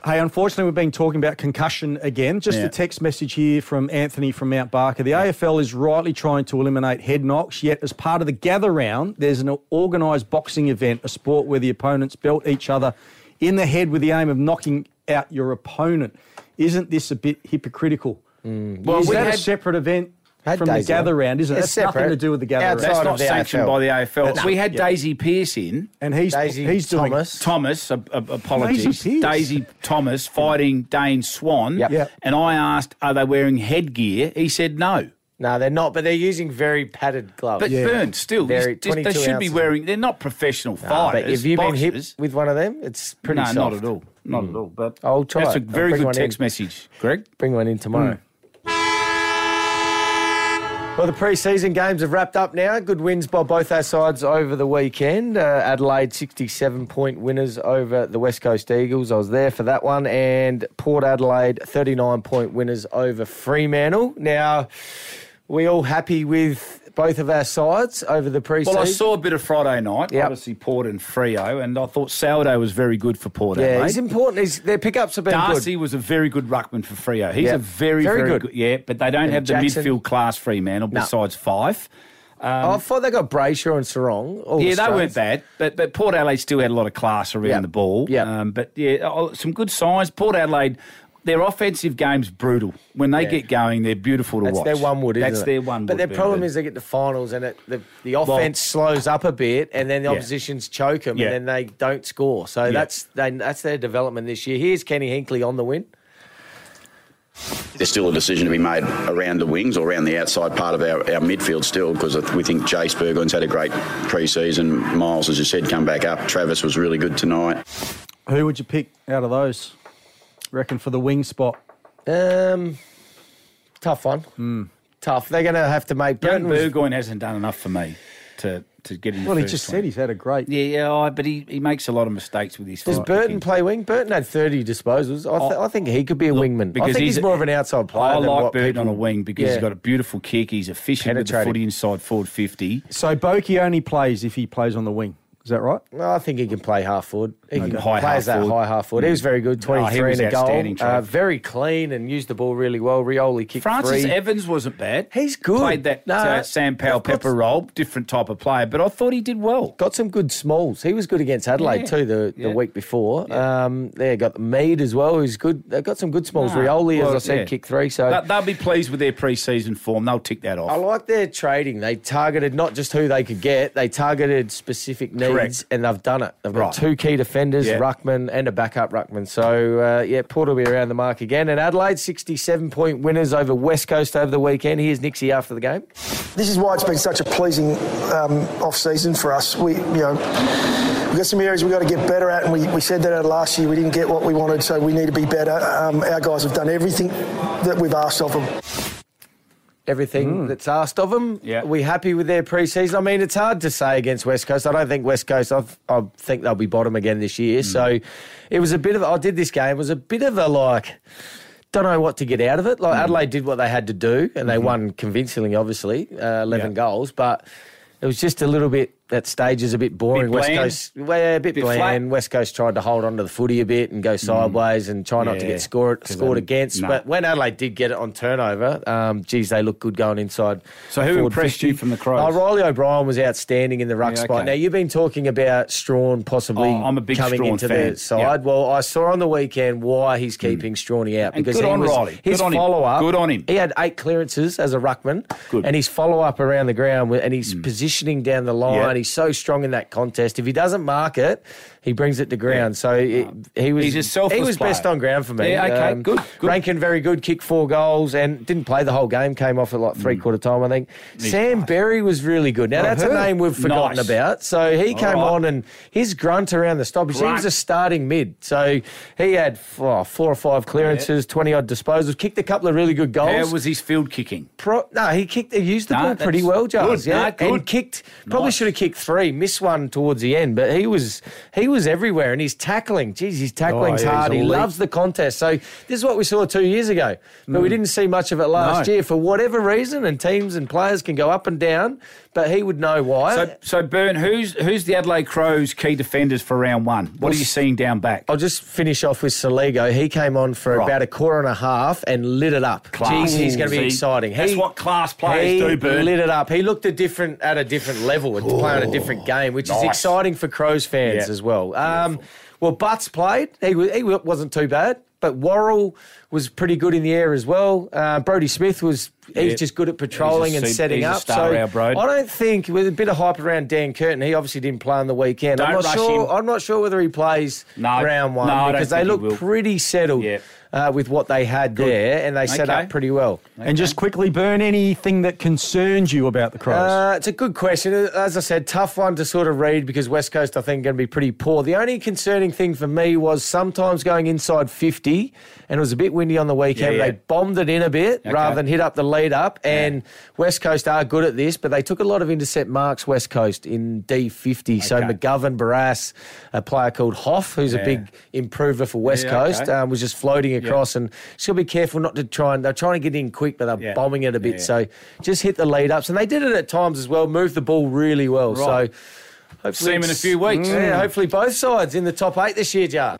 Speaker 4: Hey, unfortunately, we've been talking about concussion again. Just
Speaker 5: Yeah.
Speaker 4: a text message here from Anthony from Mount Barker. The AFL is rightly trying to eliminate head knocks, yet, as part of the gather round, there's an organised boxing event, a sport where the opponents belt each other in the head with the aim of knocking out your opponent. Isn't this a bit hypocritical? Well, is
Speaker 3: we
Speaker 4: that a
Speaker 3: had-
Speaker 4: separate event
Speaker 3: Had
Speaker 4: from the
Speaker 3: Daisy
Speaker 4: gather
Speaker 3: on.
Speaker 4: round, isn't it?
Speaker 3: It's
Speaker 4: That's nothing
Speaker 3: separate.
Speaker 4: to do with the gather
Speaker 3: Outside
Speaker 5: That's
Speaker 4: round.
Speaker 3: Part of
Speaker 5: not
Speaker 3: the
Speaker 5: sanctioned
Speaker 3: AFL.
Speaker 5: by the AFL.
Speaker 3: That's-
Speaker 5: we had Daisy Pierce in.
Speaker 4: And he's,
Speaker 3: Daisy
Speaker 4: he's doing
Speaker 3: Thomas.
Speaker 5: Thomas, ap- ap- apologies.
Speaker 4: Daisy Pierce.
Speaker 5: Daisy Thomas fighting Dane Swan.
Speaker 3: Yep.
Speaker 4: Yeah.
Speaker 5: And I asked, are they wearing headgear? He said no.
Speaker 3: no, they're not. But they're using very padded gloves.
Speaker 5: But Burns, still,
Speaker 3: Very-
Speaker 5: you- they
Speaker 3: 22
Speaker 5: should be
Speaker 3: ounces.
Speaker 5: wearing, they're not professional
Speaker 3: Ah,
Speaker 5: fighters.
Speaker 3: but if you've been hit
Speaker 5: boxers.
Speaker 3: with one of them, it's pretty
Speaker 5: no,
Speaker 3: soft. Hmm.
Speaker 5: not at all. Not at all. But
Speaker 3: I'll try
Speaker 5: That's a
Speaker 3: it. I'll
Speaker 5: very
Speaker 3: bring
Speaker 5: good
Speaker 3: one in.
Speaker 5: text message, Greg.
Speaker 3: Bring one in tomorrow. Mm. Well, the pre-season games have wrapped up now. Good wins by both our sides over the weekend. Uh, Adelaide 67-point winners over the West Coast Eagles. I was there for that one. And Port Adelaide 39-point winners over Fremantle. Now, we all happy with both of our sides over the pre-season?
Speaker 5: Well, I saw a bit of Friday night,
Speaker 3: Yep.
Speaker 5: obviously Port and Frio, and I thought Sourdough was very good for Port
Speaker 3: Yeah,
Speaker 5: Adelaide.
Speaker 3: he's important. He's, their pickups have been
Speaker 5: Darcy
Speaker 3: good.
Speaker 5: was a very good ruckman for Frio. He's
Speaker 3: Yeah.
Speaker 5: a very, very,
Speaker 3: Very
Speaker 5: good.
Speaker 3: good.
Speaker 5: Yeah, but they don't have the
Speaker 3: Jackson.
Speaker 5: midfield class Fremantle besides Fife.
Speaker 3: I thought they got Brayshaw and Sarong. all
Speaker 5: um, Yeah, they
Speaker 3: Australians.
Speaker 5: weren't bad, but but Port Adelaide still had a lot of class around
Speaker 3: Yeah.
Speaker 5: the ball.
Speaker 3: Yeah.
Speaker 5: but yeah, oh, some good signs. Port Adelaide, their offensive game's brutal. When they get going, they're beautiful to
Speaker 3: That's
Speaker 5: watch.
Speaker 3: their one wood, isn't
Speaker 5: That's
Speaker 3: it?
Speaker 5: their one
Speaker 3: But
Speaker 5: wood.
Speaker 3: their
Speaker 5: Ben,
Speaker 3: problem
Speaker 5: but-
Speaker 3: is they get to finals and it, the, the offense slows up a bit, and then the
Speaker 5: Yeah.
Speaker 3: opposition's choke them,
Speaker 5: Yeah.
Speaker 3: and then they don't score. So that's they, that's their development this year. Here's Kenny Hinkley on the win.
Speaker 6: There's still a decision to be made around the wings or around the outside part of our, our midfield still because we think Jace Burgoyne's had a great pre-season. Miles, as you said, come back up. Travis was really good tonight.
Speaker 4: Who would you pick out of those? Reckon for the wing spot?
Speaker 3: Um, tough one. Tough. They're going to have to make
Speaker 5: Hmm. Young
Speaker 3: Burton was-
Speaker 5: Burgoyne hasn't done enough for me to to get in. the
Speaker 4: Well, he
Speaker 5: first
Speaker 4: just
Speaker 5: 20.
Speaker 4: said he's had a great.
Speaker 5: Yeah, yeah, I- but he, he makes a lot of mistakes with his.
Speaker 3: Does
Speaker 5: right
Speaker 3: Burton
Speaker 5: kicking.
Speaker 3: play wing? Burton had 30 disposals. I, th-
Speaker 5: Oh,
Speaker 3: I think he could be a wingman. I
Speaker 5: because
Speaker 3: think
Speaker 5: he's
Speaker 3: he's,
Speaker 5: a-
Speaker 3: more of an outside player.
Speaker 5: I
Speaker 3: than
Speaker 5: like
Speaker 3: what
Speaker 5: Burton on a
Speaker 3: people-
Speaker 5: wing because
Speaker 3: Yeah.
Speaker 5: he's got a beautiful kick. He's efficient with the
Speaker 3: Penetrating.
Speaker 5: footy inside forward fifty.
Speaker 4: So Boki only plays if he plays on the wing. Is that right?
Speaker 3: No, I think he can play half forward. He can
Speaker 5: high
Speaker 3: play
Speaker 5: half
Speaker 3: as that
Speaker 5: forward.
Speaker 3: high half forward. He was very good,
Speaker 5: No, he
Speaker 3: 23
Speaker 5: was
Speaker 3: in a
Speaker 5: outstanding,
Speaker 3: goal.
Speaker 5: Trev.
Speaker 3: Uh, very clean and used the ball really well. Rioli kicked
Speaker 5: Francis
Speaker 3: three.
Speaker 5: Evans wasn't bad.
Speaker 3: He's good.
Speaker 5: Played that
Speaker 3: No,
Speaker 5: uh, Sam Powell
Speaker 3: of course.
Speaker 5: pepper roll, different type of player, but I thought he did well.
Speaker 3: got some good smalls. He was good against Adelaide
Speaker 5: Yeah.
Speaker 3: too the,
Speaker 5: Yeah.
Speaker 3: the week before. Um, there got the Mead as well. Who's good. They got some good smalls.
Speaker 5: Nah,
Speaker 3: Rioli, as
Speaker 5: well,
Speaker 3: I said,
Speaker 5: yeah.
Speaker 3: kicked three. So
Speaker 5: But they'll be pleased with their pre-season form. They'll tick that off.
Speaker 3: I like their trading. They targeted not just who they could get, they targeted specific needs,
Speaker 5: Correct.
Speaker 3: and they've done it. They've
Speaker 5: Right.
Speaker 3: got two key defenders,
Speaker 5: Yeah.
Speaker 3: Ruckman and a backup Ruckman. So, uh, yeah, Port will be around the mark again. And Adelaide, 67 point winners over West Coast over the weekend. Here's Nixie after the game.
Speaker 8: This is why it's been such a pleasing um, off season for us. We, you know, we've got some areas we've got to get better at, and we, we said that out last year. We didn't get what we wanted, so we need to be better. Um, our guys have done everything that we've asked of them.
Speaker 3: Everything that's asked of them.
Speaker 5: Hmm. Yeah.
Speaker 3: Are we happy with their preseason? I mean, it's hard to say against West Coast. I don't think West Coast, i I think they'll be bottom again this
Speaker 5: Hmm.
Speaker 3: year. So it was a bit of, I did this game, it was a bit of a like, don't know what to get out of it.
Speaker 5: Hmm.
Speaker 3: Like Adelaide did what they had to do, and they won convincingly, obviously, uh, eleven
Speaker 5: Yeah.
Speaker 3: goals. But it was just a little bit that stage is a bit boring.
Speaker 5: Bit
Speaker 3: West
Speaker 5: bland?
Speaker 3: Coast, well, yeah, a bit,
Speaker 5: Bit flat? Hmm.
Speaker 3: bland. West Coast tried to hold onto the footy a bit and go sideways and try not to
Speaker 5: Yeah,
Speaker 3: get scored
Speaker 5: 'cause
Speaker 3: scored
Speaker 5: they-
Speaker 3: against.
Speaker 5: no.
Speaker 3: But when Adelaide did get it on turnover, um, geez, they looked good going inside.
Speaker 5: So who
Speaker 3: forward
Speaker 5: impressed
Speaker 3: 50.
Speaker 5: you from the Crows?
Speaker 3: Oh, Riley O'Brien was outstanding in the ruck
Speaker 5: Yeah,
Speaker 3: spot.
Speaker 5: okay.
Speaker 3: Now you've been talking about Strawn possibly
Speaker 5: Oh, I'm a big
Speaker 3: coming
Speaker 5: Strawn
Speaker 3: into
Speaker 5: fan.
Speaker 3: the side.
Speaker 5: Yeah. Hmm.
Speaker 3: Well, I saw on the weekend why he's keeping Strawny out
Speaker 5: And
Speaker 3: because
Speaker 5: good
Speaker 3: he
Speaker 5: on
Speaker 3: was
Speaker 5: Riley.
Speaker 3: his
Speaker 5: Good on him.
Speaker 3: follow up.
Speaker 5: Good on him.
Speaker 3: He had eight clearances as a ruckman,
Speaker 5: Good. Hmm.
Speaker 3: and his follow up around the ground with- and his positioning down the line.
Speaker 5: Yeah.
Speaker 3: He's so strong in that contest. If he doesn't mark it, he brings it to ground. So it, he was
Speaker 5: He's a selfless
Speaker 3: he was best
Speaker 5: player.
Speaker 3: on ground for me. Um,
Speaker 5: Yeah, okay, good, good.
Speaker 3: Rankin very good, kicked four goals and didn't play the whole game. Came off at like
Speaker 5: Hmm.
Speaker 3: three quarter time, I think. Sam Berry was really good. Now that's a name we've forgotten
Speaker 5: Nice.
Speaker 3: about. So he came
Speaker 5: right.
Speaker 3: on and his grunt around the stoppage. He
Speaker 5: Grunt.
Speaker 3: was a starting mid, so he had oh, four or five clearances, twenty odd disposals, kicked a couple of really good goals.
Speaker 5: How was his field kicking?
Speaker 3: Pro- no, he kicked. He used the
Speaker 5: No,
Speaker 3: ball pretty
Speaker 5: that's
Speaker 3: well, Giles.
Speaker 5: good.
Speaker 3: Yeah,
Speaker 5: No, good.
Speaker 3: and kicked. Probably
Speaker 5: Nice.
Speaker 3: should have kicked three. Missed one towards the end, but he was he was everywhere. And his tackling, geez, his tackling's
Speaker 4: Oh, yeah, he's
Speaker 3: hard. He
Speaker 4: elite.
Speaker 3: loves the contest. So this is what we saw two years ago, but we didn't see much of it last
Speaker 4: No.
Speaker 3: year for whatever reason. And teams and players can go up and down, but he would know why.
Speaker 5: So, so Byrne, who's who's the Adelaide Crows' key defenders for round one? What are you seeing down back?
Speaker 3: I'll just finish off with Saligo. He came on for
Speaker 5: Right.
Speaker 3: about a quarter and a half and lit it up.
Speaker 5: Class.
Speaker 3: Jeez, he's going to
Speaker 5: See,
Speaker 3: be exciting.
Speaker 5: that's what class players
Speaker 3: he
Speaker 5: do, Bert.
Speaker 3: lit it up. He looked a different at a different level, and playing a different game, which is
Speaker 5: nice.
Speaker 3: exciting for Crows fans
Speaker 5: Yeah.
Speaker 3: as well. Um, well, Butts played. He, wa- he wa- wasn't too bad, but Worrell was pretty good in the air as well. Uh, Brody Smith was. He's
Speaker 5: Yeah.
Speaker 3: just good at patrolling
Speaker 5: He's a
Speaker 3: and
Speaker 5: se-
Speaker 3: setting
Speaker 5: he's a
Speaker 3: up.
Speaker 5: star,
Speaker 3: so
Speaker 5: our Brode.
Speaker 3: I don't think with a bit of hype around Dan Curtin, he obviously didn't play on the weekend. I'm
Speaker 5: Don't
Speaker 3: not
Speaker 5: rush
Speaker 3: sure.
Speaker 5: him.
Speaker 3: I'm not sure whether he plays
Speaker 5: No.
Speaker 3: round one
Speaker 5: No, I don't
Speaker 3: because they
Speaker 5: think he
Speaker 3: look
Speaker 5: will.
Speaker 3: pretty settled
Speaker 5: Yeah.
Speaker 3: uh, with what they had there, and they set
Speaker 5: Okay.
Speaker 3: up pretty well.
Speaker 4: And just quickly burn anything that concerns you about the Crows.
Speaker 3: Uh, it's a good question. As I said, tough one to sort of read because West Coast, I think, going to be pretty poor. The only concerning thing for me was sometimes going inside 50, and it was a bit windy on the weekend.
Speaker 5: Yeah, yeah.
Speaker 3: They bombed it in a bit
Speaker 5: Okay.
Speaker 3: rather than hit up the lead up. And West Coast are good at this, but they took a lot of intercept marks, West Coast, in D50. So
Speaker 5: Okay.
Speaker 3: McGovern, Barras, a player called Hoff, who's
Speaker 5: Yeah.
Speaker 3: a big improver for West
Speaker 5: Yeah,
Speaker 3: Coast,
Speaker 5: okay.
Speaker 3: um, was just floating across. And just got to be careful not to try and, they're trying to get in quick, but they're
Speaker 5: Yeah.
Speaker 3: bombing it a bit.
Speaker 5: Yeah.
Speaker 3: So just hit the lead ups, and they did it at times as well. Moved the ball really well.
Speaker 5: Right.
Speaker 3: So hopefully
Speaker 5: See 'em in a
Speaker 3: it's-
Speaker 5: few weeks. Mm.
Speaker 3: Yeah, hopefully both sides in the top eight this year, Jar.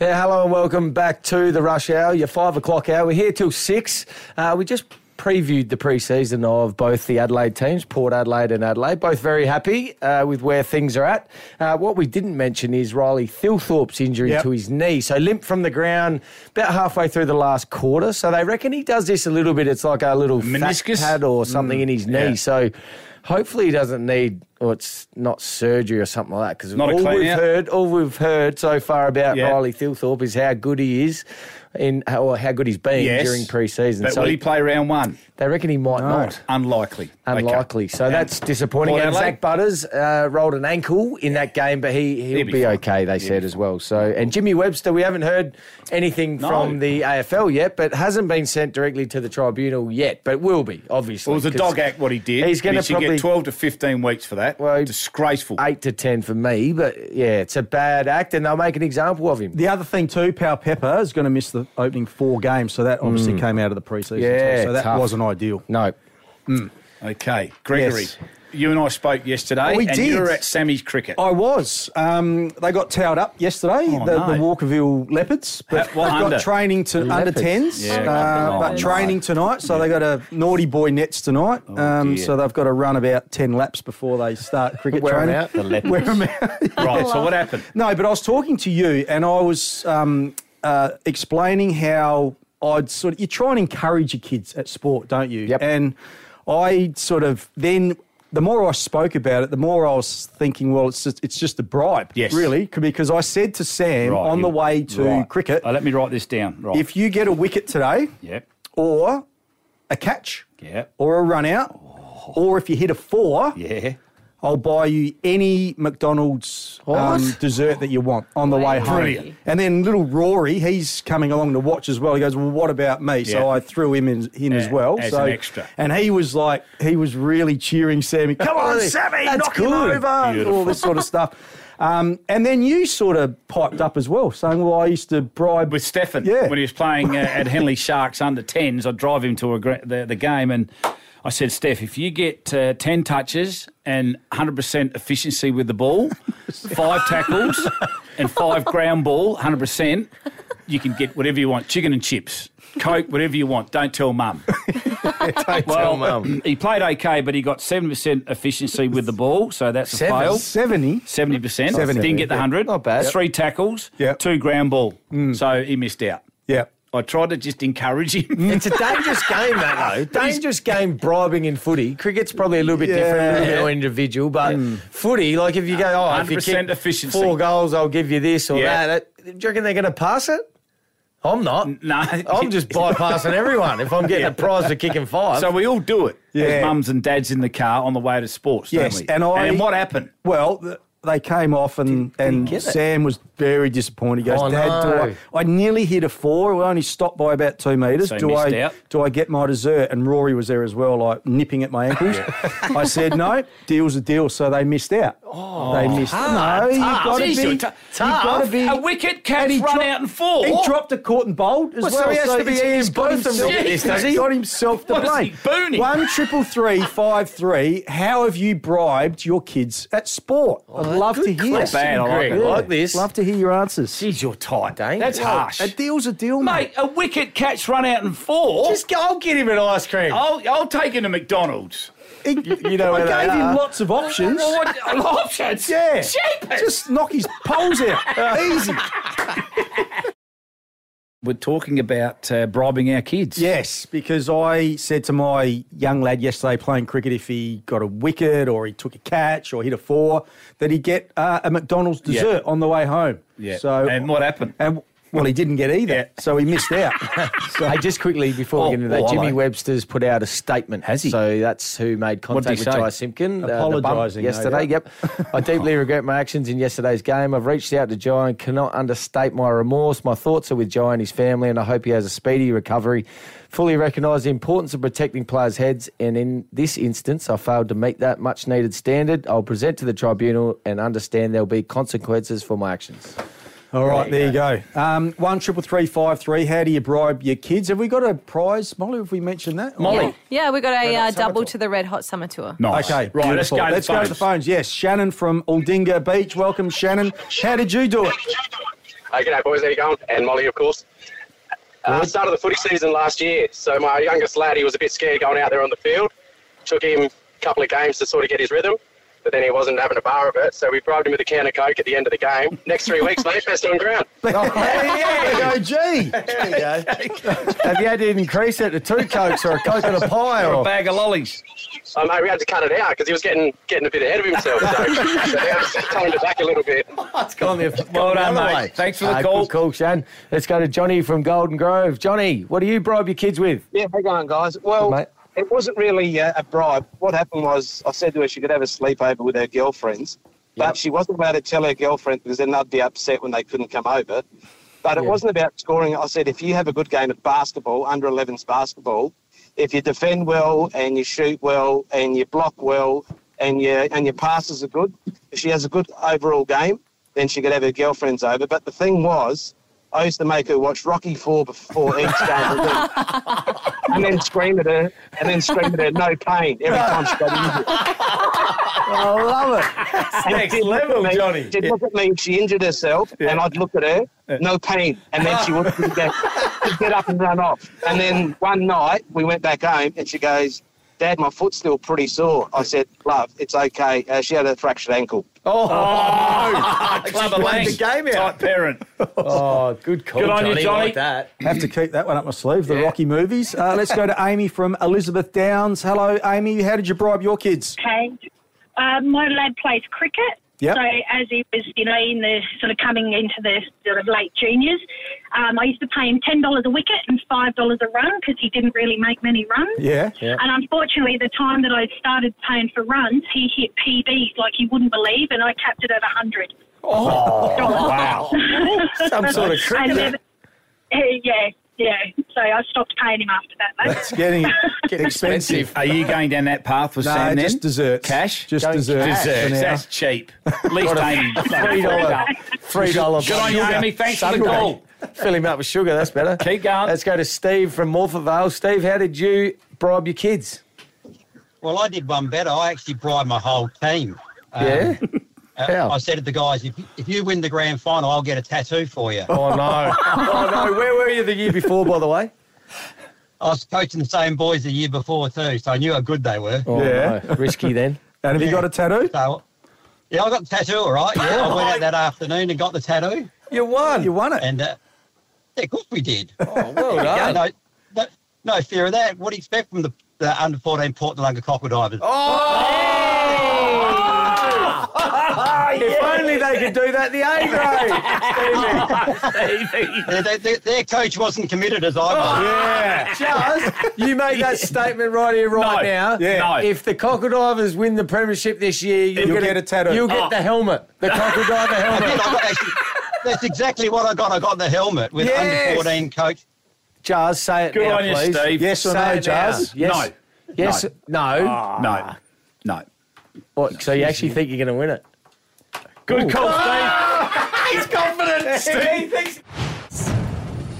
Speaker 3: Yeah, hello and welcome back to the rush hour. Your five o'clock hour. We're here till six. Uh, we just previewed the pre-season of both the Adelaide teams, Port Adelaide and Adelaide. Both very happy uh, with where things are at. Uh, what we didn't mention is Riley Thilthorpe's injury
Speaker 4: Yep.
Speaker 3: to his knee. So limp from the ground about halfway through the last quarter. So they reckon he does this a little bit. It's like a little
Speaker 5: Meniscus? Mm,
Speaker 3: meniscus pad or something in his knee.
Speaker 5: yeah.
Speaker 3: So hopefully he doesn't need, or it's not surgery or something like that. Because
Speaker 5: Not a
Speaker 3: all
Speaker 5: clean
Speaker 3: we've
Speaker 5: out.
Speaker 3: heard, all we've heard so far about
Speaker 5: Yeah.
Speaker 3: Riley Thilthorpe is how good he is. In how, or how good he's been
Speaker 5: Yes.
Speaker 3: during pre-season,
Speaker 5: But
Speaker 3: so
Speaker 5: will he play round one?
Speaker 3: they reckon he might not.
Speaker 5: Unlikely. Okay.
Speaker 3: Unlikely, so that's disappointing.
Speaker 5: Port
Speaker 3: And
Speaker 5: Adelaide?
Speaker 3: Zach Butters uh, rolled an ankle in that game, but he he'll
Speaker 5: He'll
Speaker 3: be,
Speaker 5: be fine.
Speaker 3: okay. They said as well. So and Jimmy Webster, we haven't heard anything
Speaker 5: No.
Speaker 3: from the AFL yet, but hasn't been sent directly to the tribunal yet, but will be obviously.
Speaker 5: It was a
Speaker 3: 'cause-
Speaker 5: dog act what he did.
Speaker 3: He's gonna
Speaker 5: He should
Speaker 3: probably-
Speaker 5: get 12 to 15 weeks for that.
Speaker 3: Well, he-
Speaker 5: Disgraceful.
Speaker 3: eight to ten for me, but yeah, it's a bad act, and they'll make an example of him.
Speaker 4: the other thing too, Pau Pepper is going to miss the opening four games, so that obviously came out of the preseason.
Speaker 3: Mm. Yeah,
Speaker 4: too, so that
Speaker 3: tough.
Speaker 4: wasn't ideal.
Speaker 3: No,
Speaker 5: Okay. Gregory,
Speaker 3: Yes.
Speaker 5: you and I spoke yesterday,
Speaker 4: We
Speaker 5: and
Speaker 4: did. Oh,
Speaker 5: you were at Sammy's cricket.
Speaker 4: I was. Um, they got towed up yesterday,
Speaker 5: Oh,
Speaker 4: the, the
Speaker 5: no.
Speaker 4: Walkerville Leopards. But
Speaker 5: Ha- what
Speaker 4: they've
Speaker 5: under?
Speaker 4: got training to under
Speaker 3: Leopards?
Speaker 4: 10s,
Speaker 5: Yeah,
Speaker 4: uh,
Speaker 5: oh,
Speaker 4: but
Speaker 5: no.
Speaker 4: training tonight. So they got a naughty boy nets tonight. um,
Speaker 5: Oh, dear.
Speaker 4: so they've got to run about 10 laps before they start cricket
Speaker 3: Wear 'em
Speaker 4: training.
Speaker 3: out, the Leopards.
Speaker 4: Wear 'em out.
Speaker 5: right. So what happened?
Speaker 4: No, but I was talking to you, and I was um, uh, explaining how I'd sort of you try and encourage your kids at sport, don't you?
Speaker 3: Yep.
Speaker 4: And I sort of then. The more I spoke about it, the more I was thinking, well, it's just, it's just a bribe,
Speaker 5: Yes.
Speaker 4: really, c- because I said to Sam
Speaker 5: Right,
Speaker 4: on the
Speaker 5: you-
Speaker 4: way to
Speaker 5: right.
Speaker 4: cricket,
Speaker 5: Oh, let me write this down. Right.
Speaker 4: if you get a wicket today,
Speaker 5: Yep.
Speaker 4: or a catch,
Speaker 5: Yep. Oh.
Speaker 4: or a run out, or if you hit a four,
Speaker 5: Yeah.
Speaker 4: I'll buy you any McDonald's um, dessert that you want on the way home.
Speaker 5: Brilliant.
Speaker 4: And then little Rory, he's coming along to watch as well. He goes, "Well, what about me?" So
Speaker 5: Yeah.
Speaker 4: I threw him in, in as
Speaker 5: Yeah,
Speaker 4: well.
Speaker 5: as
Speaker 4: so
Speaker 5: an extra.
Speaker 4: And he was like, he was really cheering Sammy. Come on,
Speaker 3: Really?
Speaker 4: Sammy,
Speaker 3: That's
Speaker 4: knock him
Speaker 3: good.
Speaker 4: over, all this sort of stuff. Um, and then you sort of piped up as well, saying, "Well, I used to bribe
Speaker 5: with Stefan
Speaker 4: Yeah.
Speaker 5: when he was playing uh, at Henley Sharks under 10s. I'd drive him to a, gra- the, the game and I said, Steph, if you get uh, 10 touches and 100% efficiency with the ball, five tackles and five ground ball, 100%, you can get whatever you want chicken and chips, Coke, whatever you want. Don't tell mum. well,
Speaker 3: mum.
Speaker 5: he played okay, but he got 70% efficiency with the ball, so that's
Speaker 3: Seven?
Speaker 5: a fail.
Speaker 4: seventy.
Speaker 5: Seventy percent.
Speaker 4: 70,
Speaker 5: Didn't get the
Speaker 4: yeah.
Speaker 5: hundred.
Speaker 3: Not bad.
Speaker 5: Three tackles.
Speaker 4: Yeah. Mm.
Speaker 5: Two ground ball. So he missed out.
Speaker 4: Yeah,
Speaker 5: I tried to just encourage him.
Speaker 3: It's a dangerous game, that though. Dangerous game, bribing in footy. Cricket's probably a little bit different, a little bit more individual, but footy, like if you go, oh, if you
Speaker 5: 100%
Speaker 3: kick
Speaker 5: efficiency.
Speaker 3: four goals, I'll give you this or
Speaker 5: Yeah.
Speaker 3: that. Do you reckon they're going to pass it? I'm not.
Speaker 5: no.
Speaker 3: I'm just bypassing everyone. If I'm getting a prize for kicking five,
Speaker 5: So we all do it.
Speaker 4: Yeah.
Speaker 5: As mums and dads in the car on the way to sports,
Speaker 4: Yes,
Speaker 5: don't we?
Speaker 4: and I-
Speaker 5: and what happened?
Speaker 4: Well, th- they came off, and, and
Speaker 3: get it?
Speaker 4: Sam was very disappointed. He goes,
Speaker 3: Oh,
Speaker 4: Dad,
Speaker 3: no.
Speaker 4: do I, I nearly hit a four. We only stopped by about two metres.
Speaker 5: So
Speaker 4: do
Speaker 5: missed
Speaker 4: I
Speaker 5: out.
Speaker 4: do I get my dessert? And Rory was there as well, like nipping at my ankles. I said, No, deal's a deal. So they missed out. Oh, they missed No, you
Speaker 5: tough.
Speaker 4: got to be.
Speaker 5: Jeez, you're
Speaker 4: you
Speaker 5: tou-
Speaker 4: got to be.
Speaker 5: A wicket catch
Speaker 4: And he
Speaker 5: run
Speaker 4: dro-
Speaker 5: out and four.
Speaker 4: He dropped a court and bowled as
Speaker 3: Well, so
Speaker 4: well.
Speaker 3: he has to be
Speaker 4: it's- he's
Speaker 3: Ian
Speaker 4: got
Speaker 3: Botham
Speaker 4: himself-
Speaker 3: to get this, does
Speaker 4: He's
Speaker 3: he?
Speaker 4: got himself to
Speaker 5: What is
Speaker 4: blame.
Speaker 5: he, Booney?
Speaker 4: One triple three five three. How have you bribed your kids at sport? I'd love to hear.
Speaker 3: Oh, question,
Speaker 5: Bad, I like
Speaker 3: Greg.
Speaker 5: it.
Speaker 3: I like this.
Speaker 4: Love to hear your answers.
Speaker 3: Jeez, you're tight, Dane.
Speaker 5: That's harsh.
Speaker 4: A deal's a deal,
Speaker 5: Mate, a wicket catch run out and four.
Speaker 3: Just go, I'll get him an ice cream.
Speaker 5: I'll, I'll take him to McDonald's.
Speaker 4: He- I
Speaker 3: where they
Speaker 4: gave
Speaker 3: are.
Speaker 4: him lots of options.
Speaker 5: Well, what- options?
Speaker 4: Yeah.
Speaker 5: Cheapest.
Speaker 4: Just knock his poles out. Easy.
Speaker 5: We're talking about uh, bribing our kids.
Speaker 4: Yes, because I said to my young lad yesterday playing cricket, if he got a wicket or he took a catch or hit a four, that he'd get uh, a McDonald's
Speaker 5: Yeah.
Speaker 4: dessert on the way home.
Speaker 5: Yeah.
Speaker 4: So
Speaker 5: And what happened?
Speaker 4: And well, he didn't get either,
Speaker 5: Yeah.
Speaker 4: so he missed out. so,
Speaker 3: Hey, just quickly before
Speaker 5: Oh,
Speaker 3: we get into that,
Speaker 5: oh, I
Speaker 3: Jimmy
Speaker 5: like-
Speaker 3: Webster's put out a statement.
Speaker 5: Has he?
Speaker 3: So that's who made
Speaker 5: did
Speaker 3: contact
Speaker 5: he
Speaker 3: with
Speaker 5: say?
Speaker 3: Jai Simpkin. uh, the bump
Speaker 4: Apologising, no
Speaker 3: yesterday.
Speaker 4: doubt.
Speaker 3: yep. I deeply
Speaker 5: Oh.
Speaker 3: regret my actions in yesterday's game. I've reached out to Jai and cannot understate my remorse. My thoughts are with Jai and his family, and I hope he has a speedy recovery. Fully recognise the importance of protecting players' heads, and in this instance, I failed to meet that much needed standard. I'll present to the tribunal and understand there'll be consequences for my actions.
Speaker 4: all right, there you go. Um, one triple three five three. How do you bribe your kids? Have we got a prize, Molly? Have we mentioned that?
Speaker 5: Molly.
Speaker 9: Yeah, we got a
Speaker 4: Red
Speaker 9: uh,
Speaker 4: Hot Summer
Speaker 9: double
Speaker 4: Tour.
Speaker 9: to the Red Hot Summer Tour.
Speaker 5: Nice.
Speaker 4: Okay,
Speaker 5: Right, let's
Speaker 4: beautiful.
Speaker 5: go to the
Speaker 4: Let's go to the phones. Yes, Shannon from Aldinga Beach. Welcome, Shannon. How did you do it?
Speaker 10: Hey, g'day, boys. How you going? And Molly, of course. Uh, start of the footy season last year, so my youngest lad, he was a bit scared going out there on the field. Took him a couple of games to sort of get his rhythm, but then he wasn't having a bar of it, so we bribed him with a can of Coke at the end of the game. Next three weeks, mate, best on ground.
Speaker 4: Oh, There you go, G.
Speaker 3: Have you had to increase it to two cokes or a coke and a pie?
Speaker 5: A
Speaker 3: Or
Speaker 5: bag of lollies.
Speaker 10: So, Uh, mate, we had to cut it out because he was getting getting a bit ahead of himself, so, so now it's toned it back a little bit.
Speaker 3: it's gone the
Speaker 5: Well done,
Speaker 3: other
Speaker 5: mate.
Speaker 3: way.
Speaker 5: Thanks for the
Speaker 3: Ah,
Speaker 5: call.
Speaker 3: Good call, Shan. Let's go to Johnny from Golden Grove. Johnny, what do you bribe your kids with?
Speaker 10: Yeah, hang on, guys. Well,
Speaker 3: Mate.
Speaker 10: it wasn't really uh, a bribe. What happened was I said to her she could have a sleepover with her girlfriends, but she wasn't allowed to tell her girlfriend because then they'd be upset when they couldn't come over. But it wasn't about scoring. I said, if you have a good game at basketball, under 11s basketball, if you defend well and you shoot well and you block well and your and your passes are good, if she has a good overall game, then she could have her girlfriends over. But the thing was, I used to make her watch Rocky Four before each game. of the week and then scream at her, and then scream at her, no pain, every time she got injured.
Speaker 4: Oh, I love it.
Speaker 10: Next level, Johnny. She'd look at me, she injured herself, and I'd look at her, no pain, and then she would she'd go- she'd get up and run off. And then one night, we went back home, and she goes, Dad, my foot's still pretty sore. I said, Love, it's okay. Uh, she had a fractured ankle.
Speaker 5: Oh.
Speaker 4: Oh,
Speaker 5: Club of Lang.
Speaker 3: the game out.
Speaker 5: Type parent.
Speaker 3: Oh, good call,
Speaker 5: Good on you,
Speaker 3: Johnny.
Speaker 5: Johnny.
Speaker 3: Like that.
Speaker 4: Have to keep that one up my sleeve. The Rocky movies. Uh, let's go to Amy from Elizabeth Downs. Hello, Amy. How did you bribe your kids?
Speaker 11: Okay. Uh, my lad plays cricket.
Speaker 4: Yep.
Speaker 11: So as he was, you know, in the sort of coming into the sort of late juniors, um, I used to pay him ten dollars a wicket and five dollars a run because he didn't really make many runs.
Speaker 4: Yeah. Yeah.
Speaker 11: And unfortunately, the time that I started paying for runs, he hit PBs like you wouldn't believe, and I capped it over hundred.
Speaker 5: Oh, wow.
Speaker 3: Some sort of
Speaker 11: And
Speaker 3: cricket.
Speaker 11: then- eh, yeah.
Speaker 12: yeah, so I stopped paying him after that. Mate.
Speaker 4: It's getting, getting expensive.
Speaker 5: Are you going down that path with
Speaker 4: No,
Speaker 5: Sam then?
Speaker 4: just dessert.
Speaker 5: Cash?
Speaker 4: Just dessert.
Speaker 5: Desserts. That's cheap. At least Amy.
Speaker 3: Three dollar, three dollar.
Speaker 5: Good on you, Amy. Thanks for the call.
Speaker 3: Fill him up with sugar. That's better.
Speaker 5: Keep going.
Speaker 3: Let's go to Steve from Morphevale. Steve, how did you bribe your kids?
Speaker 13: Well, I did one better. I actually bribed my whole team.
Speaker 3: yeah. How?
Speaker 13: I said to the guys, if, if you win the grand final, I'll get a tattoo for you.
Speaker 3: Oh no. oh no. Where were you the year before, by the way?
Speaker 13: I was coaching the same boys the year before too, so I knew how good they were.
Speaker 3: Oh,
Speaker 4: Yeah.
Speaker 3: no. Risky then.
Speaker 4: And have you got a tattoo?
Speaker 13: So, yeah, I got the tattoo, all right. Yeah, I went out that afternoon and got the tattoo,
Speaker 3: You won.
Speaker 4: You won it.
Speaker 13: and uh, yeah, of course we did.
Speaker 3: Oh, well done.
Speaker 13: no, no, no fear of that. What do you expect from the, the under 14 Port Nalunga Cockle Divers?
Speaker 3: If only they could do that the A grade.
Speaker 13: Their, their- their- their coach wasn't committed as I was.
Speaker 5: Yeah.
Speaker 3: Charles, you make that statement right here, right
Speaker 5: No.
Speaker 3: now.
Speaker 5: Yeah. No.
Speaker 3: If the Cockle Divers win the premiership this year, you'll,
Speaker 4: You'll
Speaker 3: get,
Speaker 4: get a tattoo.
Speaker 3: You'll get
Speaker 5: Oh.
Speaker 3: the helmet, the Cockle Diver
Speaker 13: I did. I
Speaker 3: helmet.
Speaker 13: got actually, that's exactly what I got. I got the helmet with
Speaker 3: Yes.
Speaker 13: under 14 coach.
Speaker 3: Jars, say it
Speaker 5: Good
Speaker 3: now,
Speaker 5: on you,
Speaker 3: please.
Speaker 5: Steve.
Speaker 4: Yes or
Speaker 3: Say
Speaker 4: no,
Speaker 3: it now.
Speaker 4: Jars?
Speaker 3: Yes.
Speaker 5: No.
Speaker 3: Yes. No.
Speaker 5: No. No.
Speaker 3: What, so you actually think you're going to win it?
Speaker 5: Good call, Steve.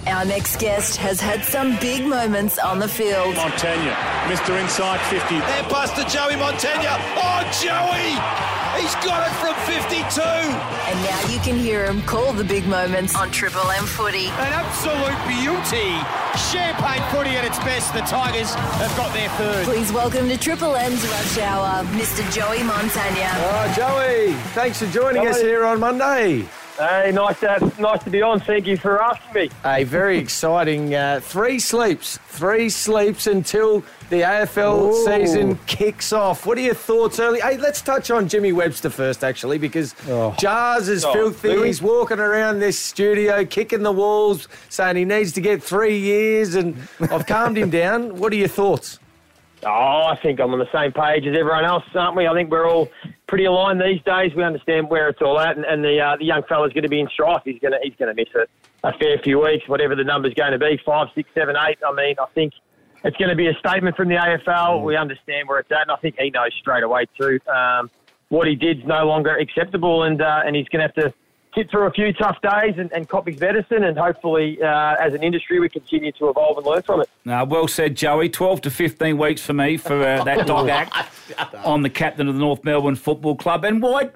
Speaker 14: Our next guest has had some big moments on the field.
Speaker 15: Montagna, Mr. Inside 50. They're past to Joey Montagna. Oh, Joey! He's got it from 52.
Speaker 14: And now you can hear him call the big moments on Triple M Footy.
Speaker 10: An absolute beauty. Champagne footy at its best. The Tigers have got their third.
Speaker 14: Please welcome to Triple M's Rush Hour, Mr. Joey Montagna.
Speaker 3: Oh, Joey, thanks for joining us here on Monday.
Speaker 10: Hey, nice to, nice to be on. Thank you for asking me.
Speaker 3: A very exciting uh, three sleeps, three sleeps until the AFL
Speaker 4: Ooh.
Speaker 3: season kicks off. What are your thoughts early? Hey, let's touch on Jimmy Webster first, actually, because Jars
Speaker 10: Oh,
Speaker 3: is filthy. He's walking around this studio, kicking the walls, saying he needs to get three years, and I've calmed him down. What are your thoughts?
Speaker 10: Oh, I think I'm on the same page as everyone else, aren't we? I think we're all pretty aligned these days. We understand where it's all at, and, and the uh, the young fella's going to be in strife. He's going to he's going to miss a, a fair few weeks, whatever the number's going to be five, six, seven, eight. I mean, I think it's going to be a statement from the
Speaker 4: Mm.
Speaker 10: AFL. We understand where it's at, and I think he knows straight away too. Um, what he did's no longer acceptable, and uh, and he's going to have to sit through a few tough days and, and cop his medicine, and hopefully, uh, as an industry, we continue to evolve and learn from it.
Speaker 5: No, well said, Joey. 12 to 15 weeks for me for uh, that dog act on the captain of the North Melbourne Football Club. And why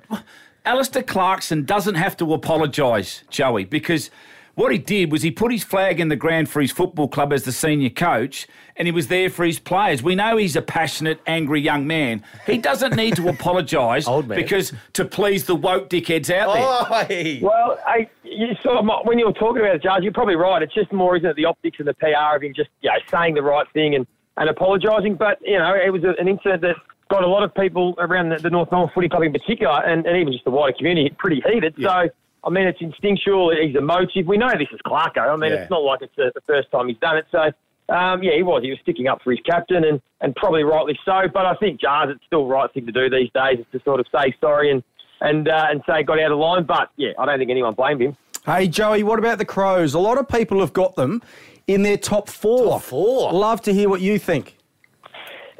Speaker 5: Alistair Clarkson doesn't have to apologise, Joey, because what he did was he put his flag in the ground for his football club as the senior coach and he was there for his players. We know he's a passionate, angry young man. He doesn't need to apologise
Speaker 3: Old man. Oh.
Speaker 5: because to please the woke dickheads out there.
Speaker 10: Well, I, Oh, you saw my, when you were talking about it, Judge, you're probably right. It's just more, isn't it, the optics and the PR of him just you know, saying the right thing and, and apologising. But, you know, it was a, an incident that got a lot of people around the, the North Melbourne Footy Club in particular and, and even just the wider community pretty heated. So, I mean, it's instinctual. He's emotive. We know this is Clarko. I mean,
Speaker 5: Yeah.
Speaker 10: it's not like it's the, the first time he's done it. So, um, yeah, he was. He was sticking up for his captain, and, and probably rightly so. But I think Jars, it's still the right thing to do these days is to sort of say sorry and and uh, and say got out of line. But yeah, I don't think anyone blamed him.
Speaker 4: Hey, Joey, what about the Crows? A lot of people have got them in their top four. Top
Speaker 3: four.
Speaker 4: Love to hear what you think.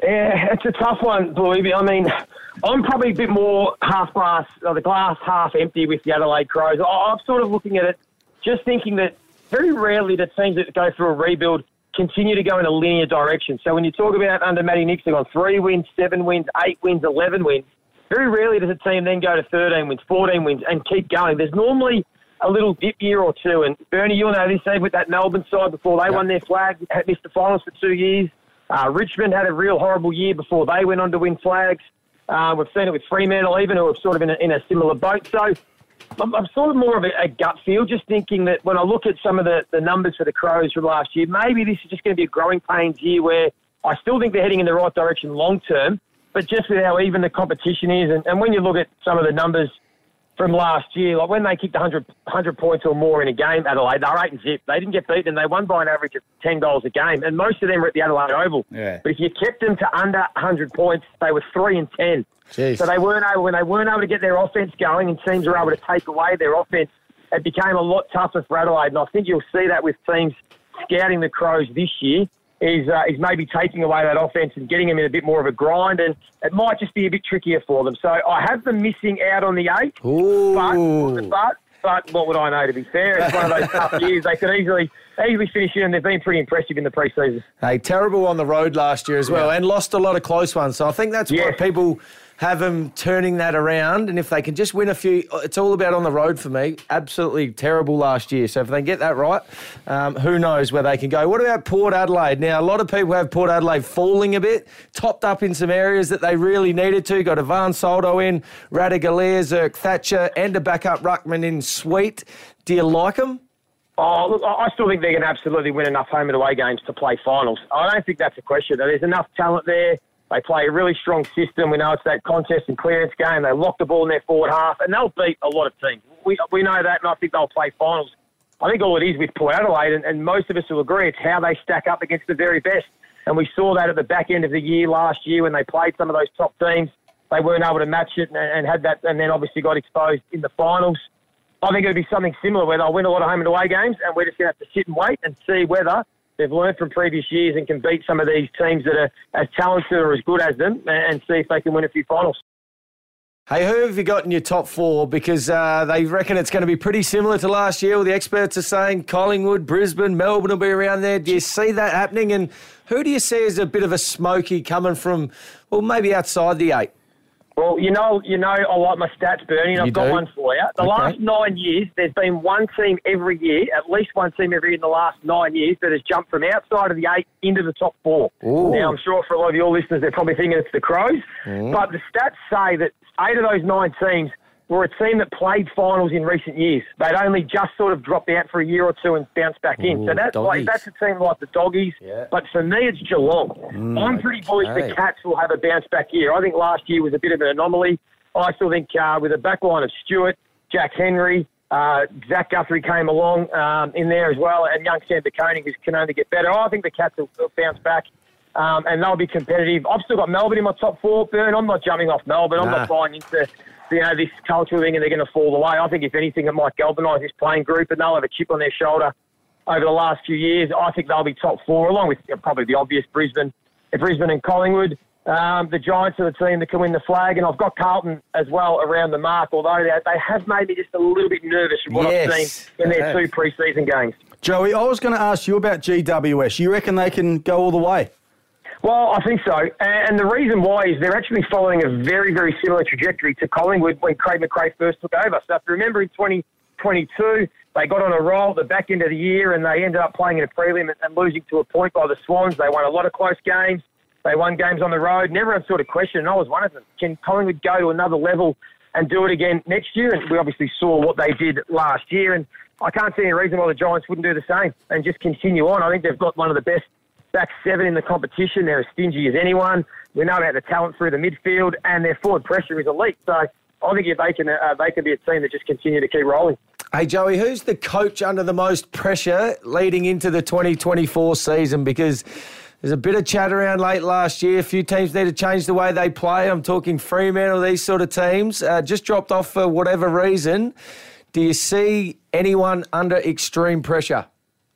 Speaker 10: Yeah, it's a tough one, Bluey. I mean, I'm probably a bit more half glass, or the glass half empty with the Adelaide Crows. I- I'm sort of looking at it, just thinking that very rarely the teams that go through a rebuild continue to go in a linear direction. So when you talk about under Matty Nix, they've gone three wins, seven wins, eight wins, 11 wins. Very rarely does a team then go to 13 wins, 14 wins, and keep going. There's normally a little dip year or two. And Bernie, you'll know this, even with that Melbourne side before they won their flag, had missed the finals for two years. Uh, Richmond had a real horrible year before they went on to win flags. Uh, we've seen it with Fremantle, even who are sort of in a, in a similar boat. So I'm, I'm sort of more of a, a gut feel, just thinking that when I look at some of the, the numbers for the Crows from last year, maybe this is just going to be a growing pains year where I still think they're heading in the right direction long term, but just with how even the competition is. And, and when you look at some of the numbers from last year, like when they kicked 100, 100 points or more in a game, Adelaide, they were 8 and zip. They didn't get beaten. They won by an average of 10 goals a game, and most of them were at the Adelaide Oval.
Speaker 5: Yeah.
Speaker 10: But if you kept them to under 100 points, they were 3 and 10.
Speaker 3: Jeez.
Speaker 10: So they weren't able when they weren't able to get their offense going, and teams were able to take away their offense. It became a lot tougher for Adelaide, and I think you'll see that with teams scouting the Crows this year is uh, is maybe taking away that offense and getting them in a bit more of a grind, and it might just be a bit trickier for them. So I have them missing out on the eight, but but. But what would I know? To be fair, it's one of those tough years. They could easily easily finish in, and they've been pretty impressive in the preseason.
Speaker 3: Hey, terrible on the road last year as well,
Speaker 10: Yeah.
Speaker 3: and lost a lot of close ones. So I think that's why people have them turning that around. And if they can just win a few, it's all about on the road for me. Absolutely terrible last year. So if they can get that right, um, who knows where they can go? What about Port Adelaide? Now a lot of people have Port Adelaide falling a bit, topped up in some areas that they really needed to. Got Ivan Soldo in, Radagalia, Zirk Thatcher, and a backup ruckman in Sweet. Do you like them?
Speaker 10: Oh, look, I I still think they're going to absolutely win enough home and away games to play finals. I don't think that's a question. There's enough talent there. They play a really strong system. We know it's that contest and clearance game. They lock the ball in their forward half, and they'll beat a lot of teams. We, we know that, and I think they'll play finals. I think all it is with Port Adelaide, and, and most of us will agree, it's how they stack up against the very best. And we saw that at the back end of the year last year when they played some of those top teams. They weren't able to match it and, and had that, and then obviously got exposed in the finals. I think it'll be something similar where they'll win a lot of home and away games, and we're just going to have to sit and wait and see whether they've learned from previous years and can beat some of these teams that are as talented or as good as them, and and see if they can win a few finals.
Speaker 3: Hey, who have you got in your top four? Because uh, they reckon it's going to be pretty similar to last year. All the experts are saying Collingwood, Brisbane, Melbourne will be around there. Do you see that happening? And who do you see as a bit of a smoky coming from, well, maybe outside the eight?
Speaker 10: Well, you know, you know, I like my stats, Bernie, and
Speaker 3: You
Speaker 10: I've got
Speaker 3: do?
Speaker 10: one for you. The
Speaker 3: Okay.
Speaker 10: last nine years, there's been one team every year, at least one team every year in the last nine years, that has jumped from outside of the eight into the top four.
Speaker 16: Ooh.
Speaker 10: Now, I'm sure for a lot of your listeners, they're probably thinking it's the Crows,
Speaker 16: Mm.
Speaker 10: but the stats say that eight of those nine teams were a team that played finals in recent years. They'd only just sort of dropped out for a year or two and bounced back in.
Speaker 16: Ooh,
Speaker 10: So that's like
Speaker 16: doggies.
Speaker 10: that's a team like the Doggies. But for me, it's Geelong.
Speaker 16: Mm,
Speaker 10: I'm pretty bullish
Speaker 16: okay.
Speaker 10: the Cats will have a bounce back year. I think last year was a bit of an anomaly. I still think uh, with a back line of Stewart, Jack Henry, uh, Zach Guthrie came along um, in there as well, and young Sam Baconing who can only get better. I think the Cats will, will bounce back. Um, and they'll be competitive. I've still got Melbourne in my top four, Burn. I'm not jumping off Melbourne. I'm
Speaker 16: Nah.
Speaker 10: not buying into you know this cultural thing, and they're going to fall away. I think if anything, it might galvanise this playing group, and they'll have a chip on their shoulder over the last few years. I think they'll be top four, along with uh, probably the obvious Brisbane, uh, Brisbane and Collingwood. Um, the Giants are the team that can win the flag, and I've got Carlton as well around the mark. Although they, they have made me just a little bit nervous from what I've
Speaker 4: Yes,
Speaker 10: seen in
Speaker 4: they
Speaker 10: their
Speaker 4: have.
Speaker 10: two preseason games.
Speaker 4: Joey, I was going to ask you about GWS. You reckon they can go all the way?
Speaker 10: Well, I think so. And- And the reason why is they're actually following a very, very similar trajectory to Collingwood when Craig McRae first took over. So if you remember in 2022, they got on a roll at the back end of the year and they ended up playing in a prelim and- and losing to a point by the Swans. They won a lot of close games. They won games on the road. And everyone sort of questioned, and I was one of them, can Collingwood go to another level and do it again next year? And we obviously saw what they did last year. And I can't see any reason why the Giants wouldn't do the same and just continue on. I think they've got one of the best back seven in the competition. They're as stingy as anyone. We know about the talent through the midfield, and their forward pressure is elite. So I think if they can, uh, they can be a team that just continue to keep rolling.
Speaker 3: Hey, Joey, who's the coach under the most pressure leading into the 2024 season? Because there's a bit of chat around late last year. A few teams need to change the way they play. I'm talking Fremantle, these sort of teams. Uh, just dropped off for whatever reason. Do you see anyone under extreme pressure?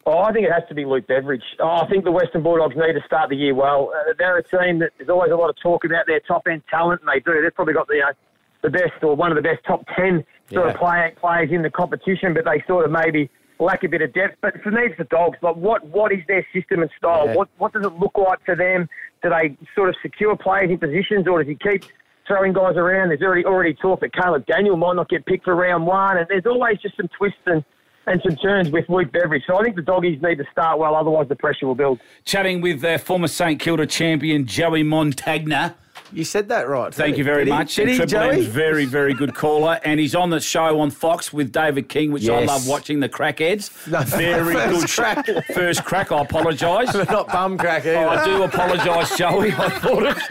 Speaker 10: Oh, I think it has to be Luke Beveridge. Oh, I think the Western Bulldogs need to start the year well. Uh, they're a team that there's always a lot of talk about their top end talent, and they do. They've probably got the uh, the best or one of the best top ten sort of
Speaker 16: Yeah.
Speaker 10: play, players in the competition, but they sort of maybe lack a bit of depth. But for me, it's the Dogs. Like, what what is their system and style?
Speaker 16: Yeah.
Speaker 10: What what does it look like to them? Do they sort of secure players in positions, or does he keep throwing guys around? There's already already talk that Caleb Daniel might not get picked for round one, and there's always just some twists and. And some turns with Luke Beveridge. So I think the doggies need to start well, otherwise the pressure will build.
Speaker 5: Chatting with uh, former St Kilda champion Joey Montagna.
Speaker 3: You said that right.
Speaker 5: Thank
Speaker 3: didn't it?
Speaker 5: you very
Speaker 3: Did he-
Speaker 5: much.
Speaker 3: did
Speaker 5: And
Speaker 3: he,
Speaker 5: Triple
Speaker 3: Joey?
Speaker 5: M's very, very good caller, and he's on the show on Fox with David King, which I
Speaker 3: Yes.
Speaker 5: love watching. The crackheads,
Speaker 3: No,
Speaker 5: very
Speaker 3: first
Speaker 5: good crack. First crack. I apologise.
Speaker 3: Not bum crack either.
Speaker 5: Oh, I do apologise, Joey. I thought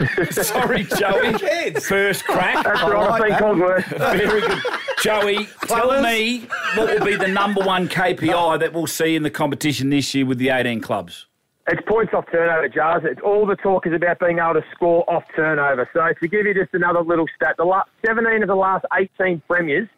Speaker 5: it. Sorry, Joey. First crack. Oh,
Speaker 10: That's all right, I think I'll work.
Speaker 5: Very good. Joey, tell me what will be the number one KPI that we'll see in the competition this year with the 18 clubs?
Speaker 10: It's points off turnover, Jars. It's all the talk is about being able to score off turnover. So to give you just another little stat, the last 17 of the last 18 premiers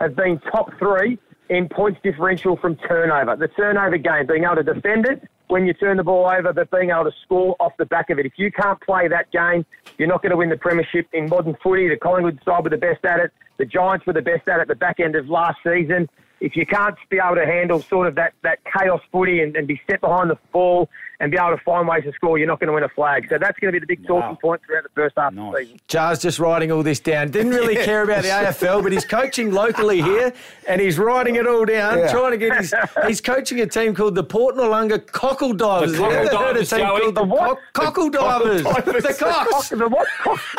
Speaker 10: have been top three
Speaker 17: in points differential from turnover. The turnover game, being able to defend it when you turn the ball over, but being able to score off the back of it. If you can't play that game, you're not going to win the premiership in modern footy. The Collingwood side were the best at it. The Giants were the best at it at the back end of last season. If you can't be able to handle sort of that, that chaos footy and, and be set behind the ball and be able to find ways to score, you're not going to win a flag. So that's going to be the big talking point throughout the first half of the season.
Speaker 3: Jar's just writing all this down. Didn't really
Speaker 17: Yeah.
Speaker 3: care about the AFL, but he's coaching locally here, and he's writing it all down,
Speaker 17: Yeah.
Speaker 3: trying to get his. He's coaching a team called the Port Noarlunga Cockle Divers.
Speaker 17: The Cockle
Speaker 3: Have you ever heard
Speaker 17: Divers,
Speaker 3: a team
Speaker 17: Joey.
Speaker 3: called the what? Cockle Divers. The cocks.
Speaker 17: The what?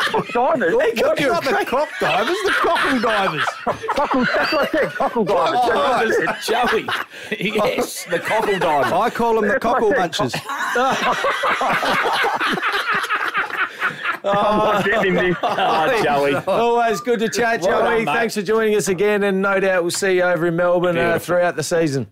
Speaker 17: Cock divers?
Speaker 3: They could be
Speaker 17: What?
Speaker 3: on the cock divers, the cockle divers.
Speaker 17: Cockle, that's what I said, cockle divers. That's
Speaker 3: Cockle
Speaker 17: what I
Speaker 3: divers,
Speaker 17: said.
Speaker 5: Joey. Yes, the cockle divers.
Speaker 3: Oh,
Speaker 4: I call them the
Speaker 17: That's what I
Speaker 4: cockle
Speaker 17: said,
Speaker 4: munchers.
Speaker 17: I'm not getting this.
Speaker 5: Oh, Joey.
Speaker 3: Always good to chat,
Speaker 17: Well done,
Speaker 3: Joey.
Speaker 17: mate.
Speaker 3: Thanks for joining us again, and no doubt we'll see you over in Melbourne uh,
Speaker 17: Beautiful.
Speaker 3: throughout the season.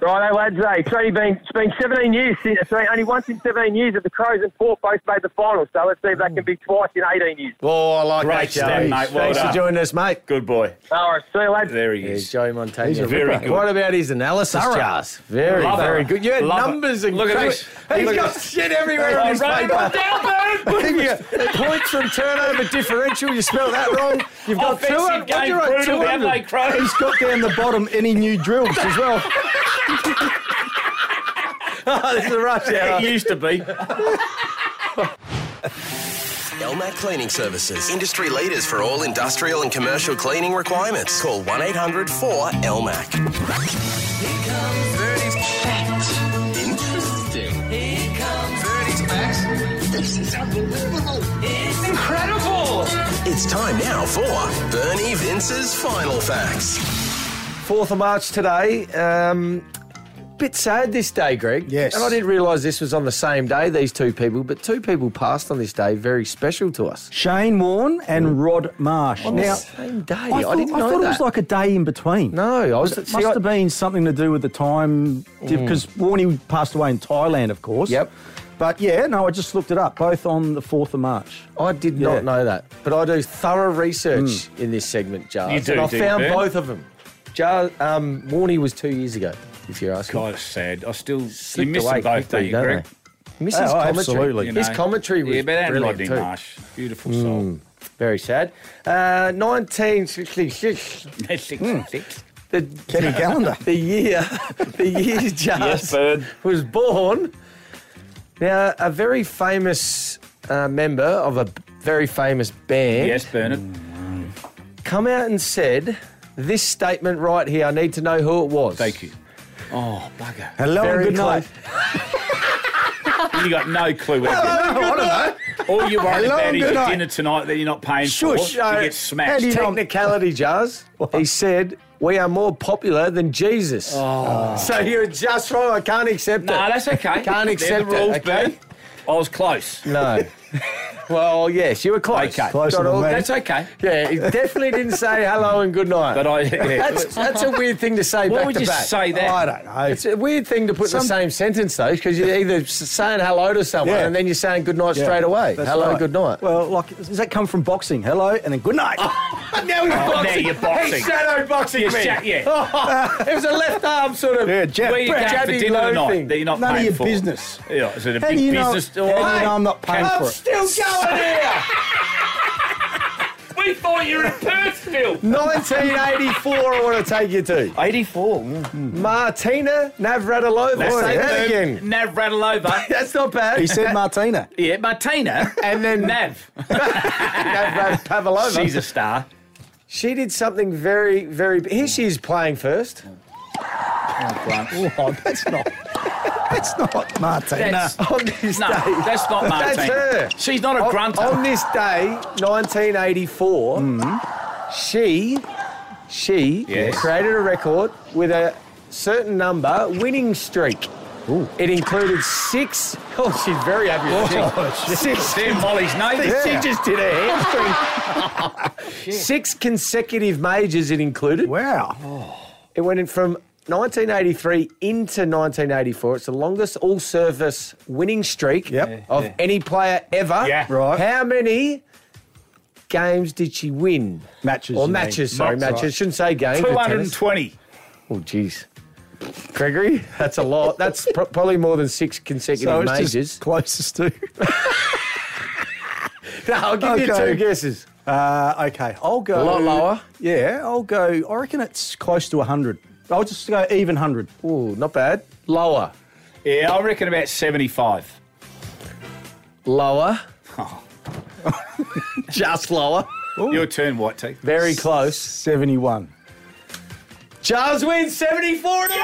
Speaker 17: Righto, lads. Hey, it's only been it's been 17 years since sorry, only once in 17 years have the Crows and Port both made the finals. So let's see if that can be twice in 18 years.
Speaker 3: Oh, I like that,
Speaker 5: Great stem,
Speaker 3: Joey.
Speaker 5: mate. Well
Speaker 3: Thanks
Speaker 5: done.
Speaker 3: for joining us, mate.
Speaker 5: Good boy.
Speaker 17: All right, see you later.
Speaker 5: There he is.
Speaker 3: He's Joey Montagna.
Speaker 5: He's a Very ripper. good.
Speaker 3: What about his analysis,
Speaker 5: Thorough.
Speaker 3: Charles? Very,
Speaker 5: Love it.
Speaker 3: very good. You had
Speaker 5: Love it.
Speaker 3: numbers and
Speaker 5: Look at
Speaker 3: cra-
Speaker 5: this.
Speaker 3: He's
Speaker 5: Look at
Speaker 3: got
Speaker 5: this.
Speaker 3: shit everywhere in his
Speaker 5: Right, right,
Speaker 3: paper. Points from turnover differential. You spelled that wrong. You've got two.
Speaker 5: Offensive game, brutal Adelaide Crows.
Speaker 4: He's got down the bottom any new drills as well.
Speaker 3: this is a rush hour.
Speaker 5: It used to be.
Speaker 18: Elmac Cleaning Services, industry leaders for all industrial and commercial cleaning requirements. Call 1 800 4 Elmac.
Speaker 2: Interesting. Here comes Verdi's facts. This is unbelievable. It's incredible.
Speaker 18: It's time now for Bernie Vince's Final Facts.
Speaker 3: 4th of March today. Um, bit sad this day, Greg. Yes. And I didn't realise this was on the same day, these two people, but two people passed on this day very special to us.
Speaker 4: Shane Warne and Rod Marsh.
Speaker 3: Mm. On the
Speaker 4: now,
Speaker 3: same day.
Speaker 4: I,
Speaker 3: I,
Speaker 4: thought,
Speaker 3: didn't know
Speaker 4: I thought
Speaker 3: that.
Speaker 4: it was like a day in between.
Speaker 3: No, I was.
Speaker 4: It
Speaker 3: see,
Speaker 4: must
Speaker 3: I-
Speaker 4: have been something to do with the time
Speaker 3: Mm.
Speaker 4: because Warney passed away in Thailand, of course. Yep. But yeah, no, I just looked it up. Both on the fourth of March.
Speaker 3: I did not know that, but I do thorough research in this segment, Jars.
Speaker 5: You do,
Speaker 3: and I
Speaker 5: do you,
Speaker 3: found
Speaker 5: Ben?
Speaker 3: both of them. Jar, um, Warney was two years ago, if you're asking.
Speaker 5: God, it's sad. I still
Speaker 3: Slipped
Speaker 5: you miss
Speaker 3: away
Speaker 5: them both,
Speaker 3: quickly,
Speaker 5: don't you,
Speaker 3: don't
Speaker 5: Greg?
Speaker 3: they? Miss his Oh, commentary. absolutely. His commentary was
Speaker 5: yeah, but and
Speaker 3: brilliant
Speaker 5: Rodney
Speaker 3: too.
Speaker 5: Marsh, beautiful soul.
Speaker 3: Mm, very sad. Uh, 1966. Mm. The,
Speaker 4: Kenny Calendar.
Speaker 3: The year, the year Jars
Speaker 5: Yes, bird.
Speaker 3: was born. Now, a very famous uh, member of a very famous band.
Speaker 5: Yes, Bernard.
Speaker 3: Mm. come out and said this statement right here. I need to know who it was. Thank
Speaker 5: you. Oh, bugger.
Speaker 3: Hello and Very good night.
Speaker 5: you got no clue what
Speaker 3: Hello
Speaker 5: happened.
Speaker 3: and good night.
Speaker 5: All you're worried
Speaker 3: Hello
Speaker 5: about
Speaker 3: and
Speaker 5: is
Speaker 3: good
Speaker 5: your
Speaker 3: night.
Speaker 5: dinner tonight that you're not paying
Speaker 3: Shush.
Speaker 5: for. You
Speaker 3: uh,
Speaker 5: get smashed.
Speaker 3: how do you know- Technicality, Jazz. He said, We are more popular than Jesus. So you're just wrong. I can't accept
Speaker 5: No,
Speaker 3: it.
Speaker 5: Oh. that's okay.
Speaker 3: Can't
Speaker 5: They're the
Speaker 3: accept
Speaker 5: rules,
Speaker 3: it. Okay?
Speaker 5: I was close.
Speaker 3: No. well, yes, you were close.
Speaker 5: Okay.
Speaker 3: Got all-
Speaker 5: That's okay.
Speaker 3: Yeah, he definitely didn't say hello and good night.
Speaker 5: But I- yeah.
Speaker 3: that's, that's a weird thing to say
Speaker 5: Why
Speaker 3: back
Speaker 5: would
Speaker 3: to
Speaker 5: you
Speaker 3: back.
Speaker 5: say that?
Speaker 3: I don't know. It's a weird thing to put in the
Speaker 5: Some-
Speaker 3: same sentence, though, because you're either s- saying hello to someone
Speaker 4: Yeah.
Speaker 3: and then you're saying good night
Speaker 4: Yeah,
Speaker 3: straight away.
Speaker 4: that's
Speaker 3: hello,
Speaker 4: right.
Speaker 3: good night.
Speaker 4: Well, like, does that come from boxing? Hello and then good night.
Speaker 3: now he's
Speaker 5: Oh, now you're boxing.
Speaker 3: He's shadow boxing
Speaker 5: You're
Speaker 3: me.
Speaker 5: sha- yeah.
Speaker 4: Oh.
Speaker 3: it was a left arm sort of.
Speaker 4: Yeah, jab.
Speaker 5: Where you
Speaker 4: Brad,
Speaker 5: going for
Speaker 4: jabby
Speaker 5: dinner
Speaker 4: low
Speaker 5: tonight
Speaker 4: thing.
Speaker 5: that you're not
Speaker 4: None of
Speaker 5: paying
Speaker 4: your
Speaker 5: for?
Speaker 4: business.
Speaker 5: Yeah, is it a
Speaker 4: How do
Speaker 5: big
Speaker 4: you know-
Speaker 5: business? Oh,
Speaker 4: how do you know I'm not paying
Speaker 5: Can-
Speaker 4: for it?
Speaker 3: still going here.
Speaker 5: we thought you were in Perth still.
Speaker 3: 1984, I want to take you to.
Speaker 5: 84.
Speaker 4: Mm.
Speaker 3: Martina Navratilova. Say that again.
Speaker 5: Nav Radilova.
Speaker 3: That's not bad.
Speaker 4: He said Martina.
Speaker 5: yeah, Martina.
Speaker 3: And then
Speaker 5: Nav.
Speaker 3: Navrat Pavlova.
Speaker 5: She's a star.
Speaker 3: She did something very, very. Here she is playing first.
Speaker 4: Oh, that's not. That's not Martina.
Speaker 5: That's,
Speaker 3: On this
Speaker 5: no,
Speaker 3: day.
Speaker 5: that's not Martina.
Speaker 3: That's her.
Speaker 5: She's not a
Speaker 4: Oh,
Speaker 3: on,
Speaker 5: grunter.
Speaker 3: On this day, 1984, she she
Speaker 5: Yes.
Speaker 3: created a record with a certain number winning streak. It included six. Oh, she's very happy. with
Speaker 5: Oh,
Speaker 3: that. six.
Speaker 5: They're Molly's neighbours.
Speaker 3: She just did her hamstring. Six consecutive majors it included.
Speaker 4: Wow.
Speaker 3: It went in from 1983 into 1984. It's the longest all surface winning streak
Speaker 4: Yep.
Speaker 3: of
Speaker 4: Yeah.
Speaker 3: any player ever.
Speaker 5: Yeah.
Speaker 4: Right.
Speaker 3: How many games did she win?
Speaker 4: Matches.
Speaker 3: or
Speaker 4: you mean.
Speaker 3: matches, sorry,
Speaker 4: That's
Speaker 3: matches. Shouldn't say games. with tennis.
Speaker 5: 220.
Speaker 3: Oh, jeez. Gregory, that's a lot. That's pro- probably more than six consecutive
Speaker 4: So it's
Speaker 3: majors.
Speaker 4: just closest to.
Speaker 3: no, I'll give you two guesses.
Speaker 4: Uh, okay, I'll go
Speaker 3: A lot lower?
Speaker 4: Yeah, I'll go. I reckon it's close to hundred. I'll just go even hundred.
Speaker 3: Ooh, not bad. Lower.
Speaker 5: Yeah, I reckon about 75.
Speaker 3: Lower. Oh. Just lower.
Speaker 5: Your turn, White Tea.
Speaker 3: Very close.
Speaker 4: Seventy-one.
Speaker 3: Charles wins 74 to He's
Speaker 4: He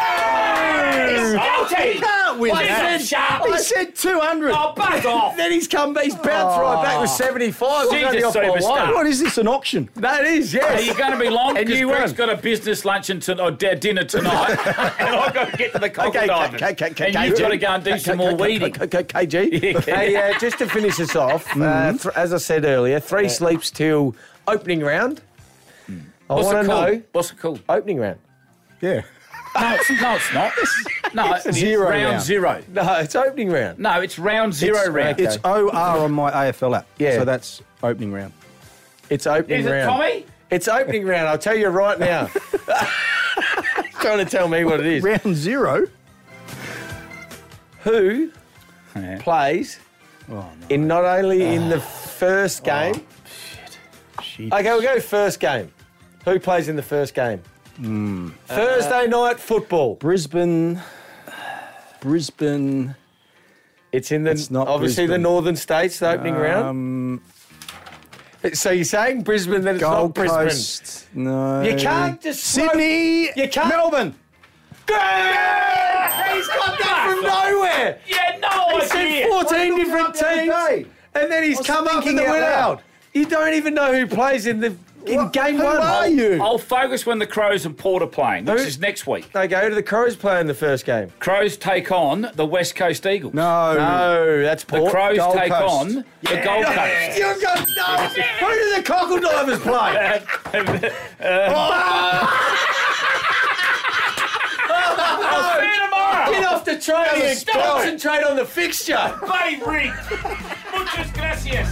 Speaker 4: can't win that. I said 200.
Speaker 5: Oh, buzz off.
Speaker 3: then he's come, he's bounced right back with 75. We're
Speaker 5: She's
Speaker 3: only
Speaker 5: a
Speaker 3: off by one.
Speaker 5: Oh. superstar.
Speaker 4: What is this? An auction?
Speaker 3: That is, yes.
Speaker 5: Are you going to be long?
Speaker 3: And
Speaker 5: Because
Speaker 3: you won.
Speaker 5: Greg's got a business luncheon to, or d- dinner tonight, and I've got to get to the cock
Speaker 3: Okay,
Speaker 5: diving.
Speaker 3: okay, okay, okay,
Speaker 5: and you've
Speaker 3: KG.
Speaker 5: got to go and do some more weeding. Yeah.
Speaker 3: KG. Hey, uh, just to finish this off, uh,
Speaker 4: Mm-hmm.
Speaker 5: Mhm.
Speaker 3: th- as I said earlier, three sleeps till opening round. I
Speaker 5: What's it
Speaker 3: want to
Speaker 5: called?
Speaker 3: know.
Speaker 5: What's it called?
Speaker 3: Opening round.
Speaker 4: Yeah.
Speaker 5: No, it's, no, it's not. No, it's
Speaker 4: Zero
Speaker 5: round,
Speaker 4: round.
Speaker 5: zero.
Speaker 3: No, it's opening round.
Speaker 5: No, it's round zero
Speaker 4: it's,
Speaker 5: round.
Speaker 4: It's OR on my AFL app.
Speaker 3: Yeah.
Speaker 4: So that's opening round.
Speaker 3: It's opening
Speaker 5: Is it
Speaker 3: round.
Speaker 5: Tommy?
Speaker 3: It's opening round. I'll tell you right now. trying to tell me what it is.
Speaker 4: Round zero.
Speaker 3: Who
Speaker 5: Yeah.
Speaker 3: plays
Speaker 4: Oh,
Speaker 3: in not only in
Speaker 4: Ah.
Speaker 3: the first game? Okay, we'll go first game. Who plays in the first game?
Speaker 4: Hmm.
Speaker 3: Thursday
Speaker 4: Uh,
Speaker 3: night football.
Speaker 4: Brisbane. Brisbane.
Speaker 3: It's in the
Speaker 4: It's not
Speaker 3: obviously
Speaker 4: Brisbane.
Speaker 3: the northern states the opening round.
Speaker 4: Um,
Speaker 3: So you're saying Brisbane? Then it's
Speaker 4: Gold
Speaker 3: not Brisbane.
Speaker 4: Coast. No.
Speaker 3: You can't just throw-
Speaker 4: Sydney.
Speaker 3: You can't.
Speaker 4: Melbourne.
Speaker 3: Yeah! He's got that from nowhere.
Speaker 5: Ah, Yeah, no
Speaker 3: He said
Speaker 5: idea.
Speaker 3: 14 different teams, and then he's
Speaker 4: was
Speaker 3: come up with
Speaker 4: thinking
Speaker 3: the
Speaker 4: out
Speaker 3: winner.
Speaker 4: loud.
Speaker 3: You don't even know who plays in the in game
Speaker 4: Who
Speaker 3: one.
Speaker 4: are you?
Speaker 5: I'll focus when the Crows and Port are playing, which
Speaker 3: Who-
Speaker 5: is next week.
Speaker 3: They go to the Crows play in the first game.
Speaker 5: Crows take on the West Coast Eagles.
Speaker 4: no.
Speaker 3: No, that's
Speaker 5: The
Speaker 3: Port.
Speaker 5: Crows
Speaker 4: Gold
Speaker 5: take
Speaker 4: Coast.
Speaker 5: on the Gold Coast.
Speaker 3: You've got no. Who do the cockle divers play?
Speaker 5: I'll see you tomorrow.
Speaker 3: Get off the train
Speaker 5: a
Speaker 3: and
Speaker 5: story.
Speaker 3: concentrate on the fixture.
Speaker 5: Bloody rigged. Muchas gracias.